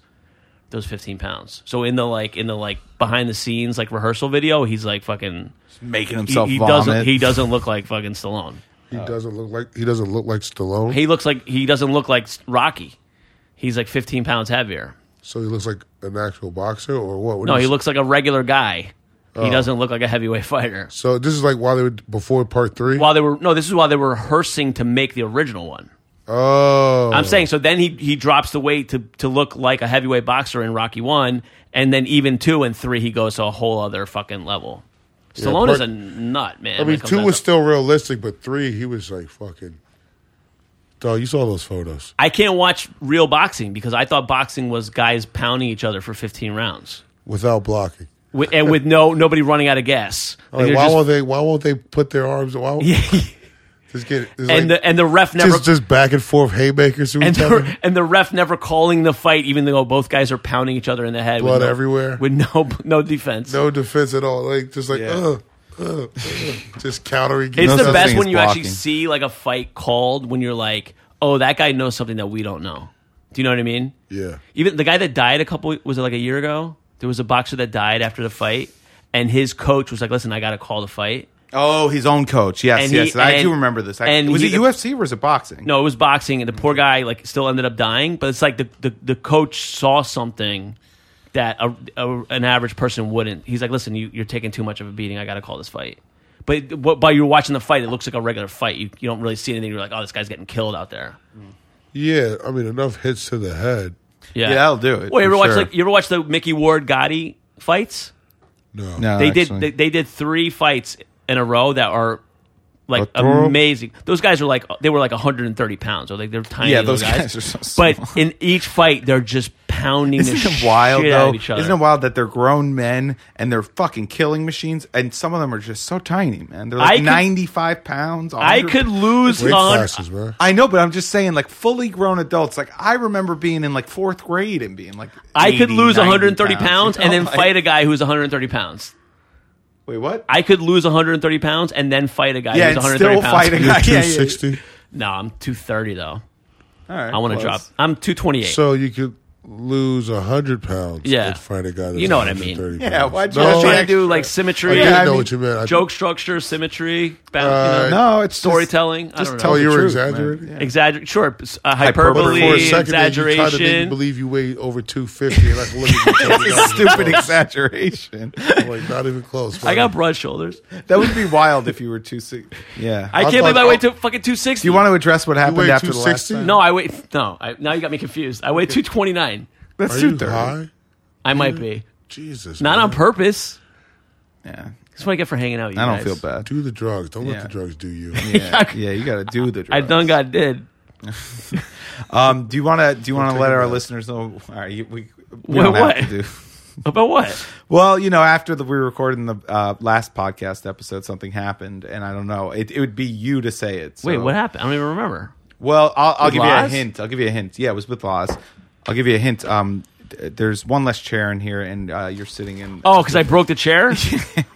those 15 pounds. So in the like in the like behind the scenes like rehearsal video, he's like fucking.
making
He,
himself
he
vomit.
doesn't. He doesn't look like fucking Stallone.
He doesn't look like he doesn't look like Stallone.
He looks like he doesn't look like Rocky. He's like 15 pounds heavier.
so he looks like an actual boxer or what? What
No,
do
he
you-
looks like a regular guy.
Oh.
He doesn't look like a heavyweight fighter.
So this is like while they were before part three.
While they were no, this is while they were rehearsing to make the original one.
oh,
I'm saying so. Then he he drops the weight to to look like a heavyweight boxer in Rocky one, and then even two and three he goes to a whole other fucking level. Stallone is a
part-
nut, man.
I
when it
mean,
comes
two
down
was
to-
still realistic, but three he was like fucking. Dog, you saw those photos.
I can't watch real boxing because I thought boxing was guys pounding each other for 15 rounds
without blocking.
with, and with no nobody running out of gas. Like,
Like,
they're
why
just-
won't they? Why won't they put their arms? Why won't, just get it's
and
like,
the and the ref never
just just back and forth haymakers through
and
each other.
the, and the ref never calling the fight, even though both guys are pounding each other in the head,
Blood
with no,
everywhere.
with no no defense.
No defense at all. Like just like
Yeah.
ugh, ugh, ugh. just countering.
it's
No
the
such
best
thing
when
as
you actually
blocking.
see like a fight called when you're like, oh, that guy knows something that we don't know. Do you know what I mean?
Yeah.
Even the guy that died a couple was it like a year ago? There was a boxer that died after the fight, and his coach was like, "Listen, I got to call the fight."
oh, his own coach. Yes,
And he-
yes. I
and-
do remember this. I,
and
was
he-
it UFC or was it boxing?
No, it was boxing, and the poor guy like still ended up dying. But it's like the the, the coach saw something that a, a- an average person wouldn't. He's like, listen, you, you're taking too much of a beating. I got to call this fight. But what, while you're watching the fight, it looks like a regular fight. You, you don't really see anything. You're like, oh, this guy's getting killed out there.
Yeah, I mean enough hits to the head.
Yeah,
Yeah, that'll do it,
Well, you
for
ever watch
sure.
like you ever watch the Mickey Ward Gotti fights?
No,
no.
They
actually.
did they, they did three fights in a row that are. Like
But throw 'em.
amazing, those guys are like they were like 130 pounds, or like they're tiny.
Yeah,
little
those guys are so small.
But in each fight, they're just pounding the
Isn't it
shit
wild
out
though?
of each other.
Isn't it wild that they're grown men and they're fucking killing machines, and some of them are just so tiny, man. They're
I
like
could-
ninety-five pounds.
I
100
could lose
weight
on.
classes, man.
I know, but I'm just saying, like fully grown adults. Like I remember being in like fourth grade and being like,
I could
80,
lose
90
130 pounds,
you
and
know?
then
Like,
fight a guy who's 130 pounds.
Oh Wait, what?
I could lose 130 pounds and then fight a guy
yeah,
who's
and
130
still
pounds.
fight a guy. Yeah, yeah,
two
yeah.
sixty.
No, I'm 230 though.
All right,
I want to
close.
drop. I'm 228.
So you could lose hundred pounds.
Yeah.
and find a guy. That's
You know what I mean.
130
Yeah,
pounds.
why'd you-
I'm
No,
trying
I-
to do like symmetry,
I
Yeah,
didn't
I
know
mean-
what you meant. I-
joke structure, symmetry, ba- you know,
No, it's just-
storytelling. I
Just
don't
tell
know.
Oh,
the
you were
truth, man.
exaggerating?
Yeah.
Exagger- sure, uh,
But for
hyperbole,
a second, there, you tried to make me
exaggeration.
believe you weighed over two fifty, and I could look at you.
It's stupid exaggeration.
Like not even close.
I got broad shoulders.
That would be wild if you were too sick. Yeah.
I
I
can't believe
thought-
I weighed to fucking 260.
Do you want to address what happened
weigh
after the last
260?
time?
No, I wait. No, I, now you got me confused. I weigh 229.
that's
Are you
too dirty.
high?
I might be.
Jesus,
Not
man.
on purpose.
Yeah,
That's what I get for hanging out with you
I don't
guys.
feel bad.
Do the drugs. Don't let
Yeah.
the drugs do you.
Yeah, yeah, you got to do the. Drugs.
I done got did.
Um, do you want to? Do you want to
take
let
a
our
breath.
listeners know? All right, you- we, we
What-
don't
what?
have to do.
About what?
Well, you know, after the, we were recording the uh, last podcast episode, something happened, and I don't know. It, it would be you to say it. so-
Wait, what happened? I don't even remember.
Well, I'll, I'll
With
give
Laz?
you a hint. I'll give you a hint. Yeah, it was with Laws. I'll give you a hint. Um, th- there's one less chair in here, and uh, you're sitting in.
Oh, because I broke the chair.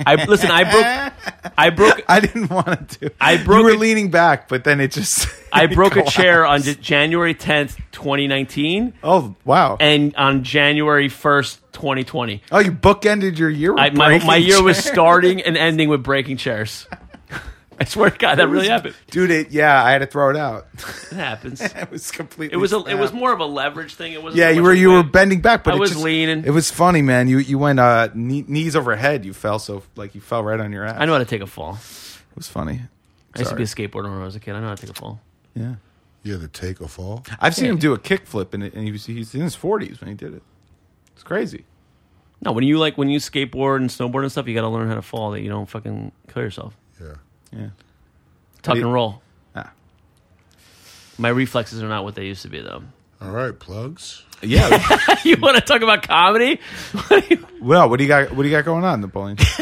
I listen. I broke. I broke.
I didn't want to.
I broke
You were
it-
leaning back, but then it just.
I broke a
collapsed.
chair on J- January 10th, 2019,
Oh wow!
and on January 1st, 2020.
oh, you bookended your year. with
I, my
breaking
my year was
chairs.
starting and ending with breaking chairs. I swear to God, that really happened.
dude. It, yeah, I had to throw it out.
It happens.
it was completely.
It was a, it was
snapped.
more of a leverage thing. It was
Yeah, you were you were bending back, but
I
it
was
just-
leaning.
It was funny, man. You you went uh, knee, knees over head. You fell so like you fell right on your ass.
I know how to take a fall.
it was funny.
I used to
Sorry.
be a skateboarder when I was a kid. I know how to take a fall.
Yeah,
You had to take a fall.
I've seen him do a kickflip, and, and he was he's in his forties when he did it. It's crazy.
No, when you like when you skateboard and snowboard and stuff, you got to learn how to fall that you don't fucking kill yourself.
Yeah.
Yeah,
Tuck
Yeah.
and roll.
Ah.
My reflexes are not what they used to be though.
All right, plugs.
yeah.
you want to talk about comedy?
well, what do you got? What do you got going on, Napoleon? Let's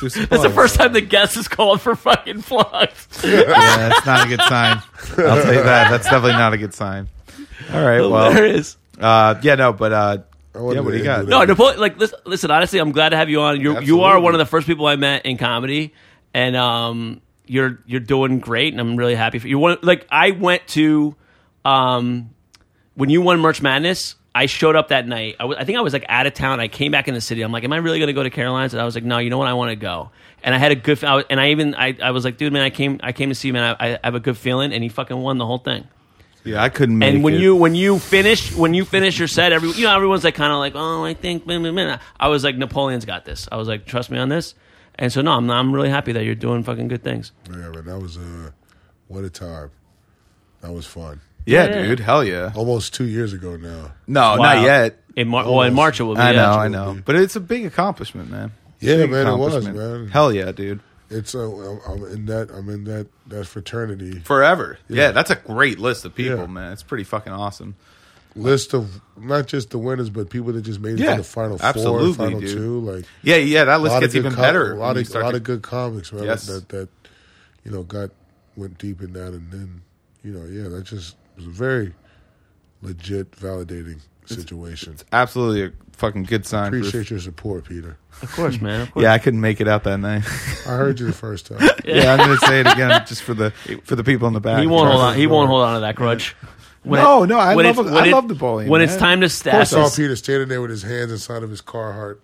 do some
That's the
plugs.
first time the guest is called for fucking plugs.
Yeah, that's not a good sign. I'll tell you that. That's definitely not a good sign. All right. Well,
Hilarious.
uh, yeah, no, but uh, yeah,
I wanted
what
to
do you got?
do
No,
Yeah.
Napoleon, like listen, listen, honestly, I'm glad to have you on. You you are
Absolutely.
one of the first people I met in comedy, and um, you're you're doing great, and I'm really happy for you. One, like I went to, um, when you won Merch Madness, I showed up that night. I wa- I think I was like out of town. I came back in the city. I'm like, am I really going to go to Caroline's? And I was like, no, you know what? I want to go. And I had a good, I was, and I even I, I was like, dude, man, I came I came to see you, man. I, I have a good feeling, and he fucking won the whole thing.
Yeah, I couldn't. Make
And when
it.
you when you finish when you finish your set, every you know everyone's like kind of like oh I think blah, blah, blah." I was like Napoleon's got this. I was like trust me on this. And so no, I'm I'm really happy that you're doing fucking good things.
Yeah, but that was uh, what a time. That was fun.
yeah,
Yeah.
dude, hell yeah.
Almost two years ago now.
No,
Wow.
Oh, not yet.
In Mar- well in March it will be.
I know,
yeah.
I know, but it's a big accomplishment, man. It's a
Yeah,
big
man, it was,
accomplishment.
man.
Hell yeah, dude.
It's uh, I'm- I'm in that I'm in that that fraternity
Forever. Yeah, that's a great list of people,
Yeah.
man. It's pretty fucking awesome.
list of not just the winners, but people that just made it
Yeah,
to the final
absolutely,
four, final
dude.
two. Like
Yeah, yeah, that
a
list
lot of
gets
good
even
com-
better.
A
when
lot
you
of
start
lot
to-
of good comics, right?
Yes.
That that you know got went deep in that, and then you know yeah, that just was a very legit validating situation.
absolutely a fucking good sign. for-
Appreciate your support, Peter.
Of course, man. Of course.
yeah, I couldn't make it out that night.
I heard you the first time.
yeah, I'm gonna say it again just for the for the people in the back.
He won't hold
Trust
on.
me.
He won't hold on to that grudge. When
No, no, I
when
love
it's-
a-
when
I
it-
love Napoleon,
When
man.
it's time to
I
stack,
saw
that's,
Peter standing there with his hands inside of his Carhartt.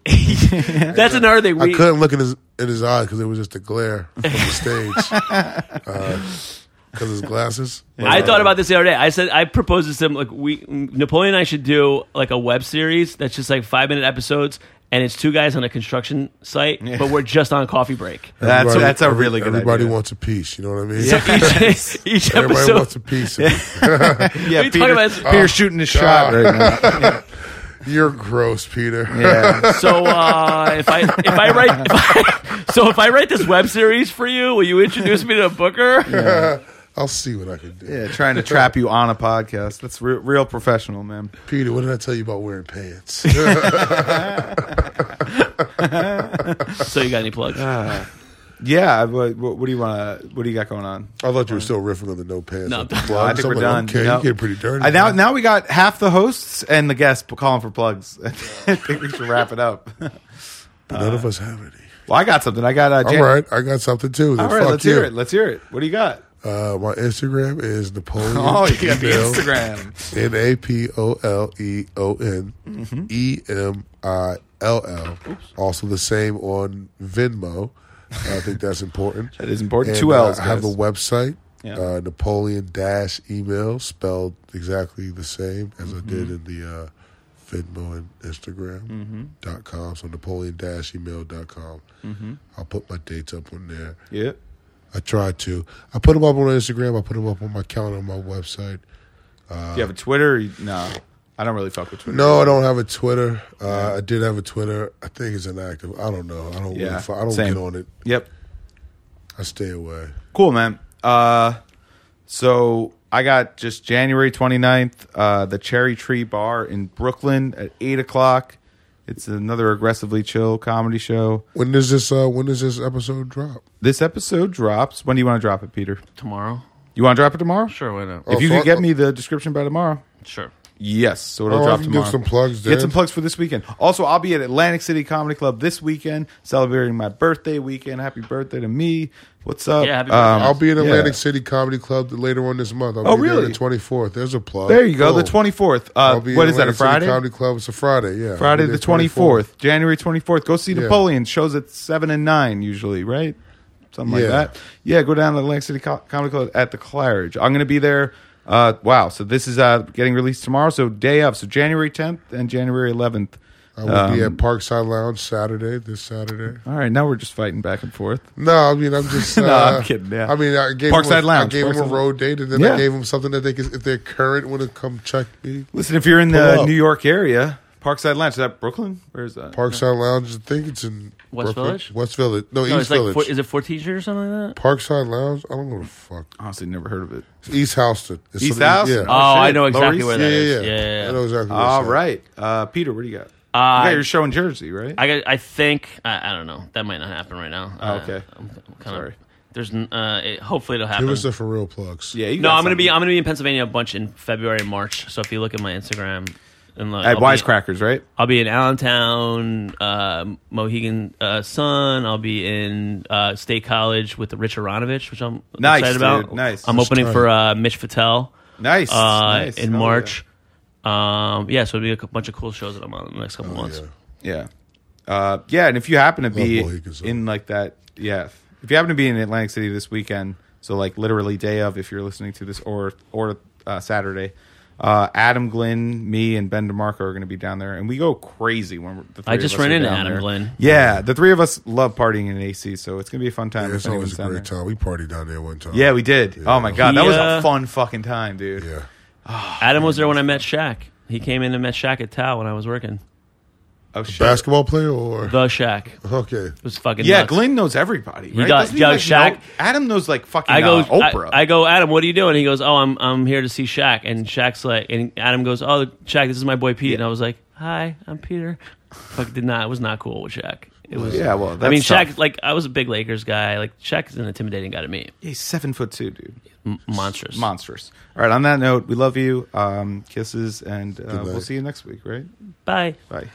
that's another thing.
I
We,
couldn't look in his in his eyes because it was just a glare from the stage because his glasses.
I thought about this the other day. I said I proposed this to him like we Napoleon and I should do like a web series that's just like five minute episodes and it's two guys on a construction site, but we're just on a coffee break.
That's
Everybody-
that's a
every-
really good.
Everybody
idea.
wants a piece. You know what I mean?
So each, each
Everybody
episode
wants a piece. Of
Yeah,
you
Peter,
talking about?
Peter's shooting
Oh,
his shot right now.
You're gross, Peter.
Yeah.
So uh, if I if I write if I, so if I write this web series for you, will you introduce me to a booker?
I'll see what I can do.
Yeah, trying to trap you on a podcast. That's re- real professional, man.
Peter, what did I tell you about wearing pants?
So you got any plugs?
Yeah, what, what, what do you want to? What do you got going on?
I thought you were still riffing on the no pants.
No.
with the
Well, I
plugs.
think
I'm
we're
like,
done.
Okay,
No.
you get pretty dirty.
I, now,
man.
now we got half the hosts and the guests calling for plugs. I think we should wrap it up.
But none of us have any.
Well, I got something. I got uh,
All
Jan-
right, I got something too. Then
All right,
fuck
let's
you.
hear it. Let's hear it. What do you got?
Uh, my Instagram is Napoleon.
Oh, you got the
Email.
Instagram.
N A P O L E O N
Mm-hmm.
E M I L L. Also the same on Venmo. I think that's important.
That is important.
And,
Two
uh,
L's.
I have a
guys.
website,
Yeah.
uh, Napoleon Dash email, spelled exactly the same as I did
Mm-hmm.
in the uh, Venmo and Instagram dot com. So Napoleon Dash email dot com.
Mm-hmm.
I'll put my dates up on there.
yeah.
I try to. I put them up on Instagram. I put them up on my calendar on my website.
do you have a Twitter? Or you- no, I don't really fuck with Twitter.
Uh, No, I don't have a Twitter. Uh, I did have a Twitter. I think it's inactive. I don't know. I don't.
Yeah,
really fo- I don't
same.
get on it.
Yep.
I stay away.
Cool, man. Uh, so I got just January 29th, uh, the Cherry Tree Bar in Brooklyn at 8 o'clock. It's another aggressively chill comedy show.
When does this? Uh, when does this episode drop?
This episode drops. When do you want to drop it, Peter?
tomorrow.
You want to drop it tomorrow?
Sure, why not?
If you
Oh, so
could
I-
get me the description by tomorrow,
Sure.
Yes, so it'll
Oh, I
drop
can give
tomorrow.
some plugs,
Get
Dan.
some plugs for this weekend. Also, I'll be at Atlantic City Comedy Club this weekend, celebrating my birthday weekend. Happy birthday to me! What's up? Um,
Yeah, happy birthday.
I'll be in
yeah.
Atlantic City Comedy Club later on this month. I'll
Oh,
be there
really?
the twenty fourth. There's a plug.
There you go. The
Cool.
twenty fourth. Uh,
Oh. I'll be
what
in
is that? A
Atlantic City
Friday?
Comedy Club. It's a Friday. Yeah.
Friday
I'll be
the
there
twenty fourth, January twenty fourth. Go see
Yeah.
Napoleon. Shows at seven and nine usually, right? Something
Yeah.
like that. Yeah, go down to Atlantic City Co- Comedy Club at the Claridge. I'm going to be there. Uh, wow. So this is uh, getting released tomorrow. So day of. So January tenth and January eleventh.
I will be
Um,
at Parkside Lounge Saturday. This Saturday.
All right, now we're just fighting back and forth.
No, I mean I'm just. Uh,
No, I'm kidding, yeah.
I mean I gave
Parkside
him a,
Lounge,
I gave him
Parkside-
a road date, and then
Yeah.
I gave him something that they could, if they're current, want to come check me.
Listen, if you're in
Pull
the
up.
New York area, Parkside Lounge, is that Brooklyn? Where is that?
Parkside Lounge. I think it's in
West
Brooklyn.
Village?
West Village. No,
No,
East
it's like
Village.
four, is it four teachers or something like that?
Parkside Lounge. I don't know what the fuck.
Honestly, never heard of it.
East Houston. It's
East
something-
Houston? Oh,
Yeah.
Oh, I
shit.
know
Lower
exactly
East?
where
yeah,
that
yeah,
is.
yeah, I know exactly. what
All
it's
right, uh, Peter, what do you got?
Uh,
you got your show in Jersey, right?
I got. I think. I, I don't know. That might not happen right now.
Oh,
Uh,
okay.
I'm, kind
Sorry.
of. There's. n- Uh, it, hopefully it'll
like.
happen.
Give us the for real plugs.
yeah, you
no,
got
I'm gonna be.
something.
I'm gonna be in Pennsylvania a bunch in February and March. So if you look at my Instagram, and look,
at
I'll be-
Wisecrackers, right?
I'll be in Allentown, uh, Mohegan uh, Sun. I'll be in uh, State College with the Rich Aronovich, which I'm
Nice,
excited
dude.
about.
Nice.
I'm
That's
opening for uh, Mitch Patel.
Nice,
uh,
nice.
in
Hell
March. Yeah. Um, yeah, so it'll be a c- bunch of cool shows that I'm on in the next couple months.
Oh, yeah.
Yeah, uh, yeah, and if you happen to be
Love Mohegan Sun.
in like that, yeah, if you happen to be in Atlantic City this weekend, so like literally day of, if you're listening to this, or or uh, Saturday. Uh, Adam Glynn, me, and Ben DeMarco are going to be down there, and we go crazy when we're, the three
I
of
just
us
ran
are
into
down
Adam
there.
Glynn.
Yeah, the three of us love partying in AC, so it's going to be a fun time.
Yeah,
if
it's always
anyone's
a
down
great
there.
time. We partied down there one time.
Yeah, we did. Oh my god, that
He,
was a
uh,
fun fucking time, dude.
Yeah.
Adam was there when I met Shaq. He came in and met Shaq at Tao when I was working.
Oh shit.
Basketball player or
The Shaq It
okay.
was fucking
yeah,
nuts.
Glenn knows everybody. Right?
does.
Doesn't
Yo,
like,
Shaq-
know- Adam knows like fucking
I go,
uh, Oprah.
I, I go, Adam, what are you doing? He goes, Oh, I'm I'm here to see Shaq. And Shaq's like, and Adam goes, Oh, Shaq, this is my boy Pete. And I was like, Hi, I'm Peter. Fuck, did not. It was not cool with Shaq. It was.
yeah, well, that's
I mean, Shaq.
tough.
Like, I was a big Lakers guy. Like, Shaq is an intimidating guy to me.
He's seven foot two, dude.
M- monstrous.
Monstrous. All right. On that note, we love you. Um, kisses, and uh, we'll
night.
see you next week. Right?
Bye.
Bye.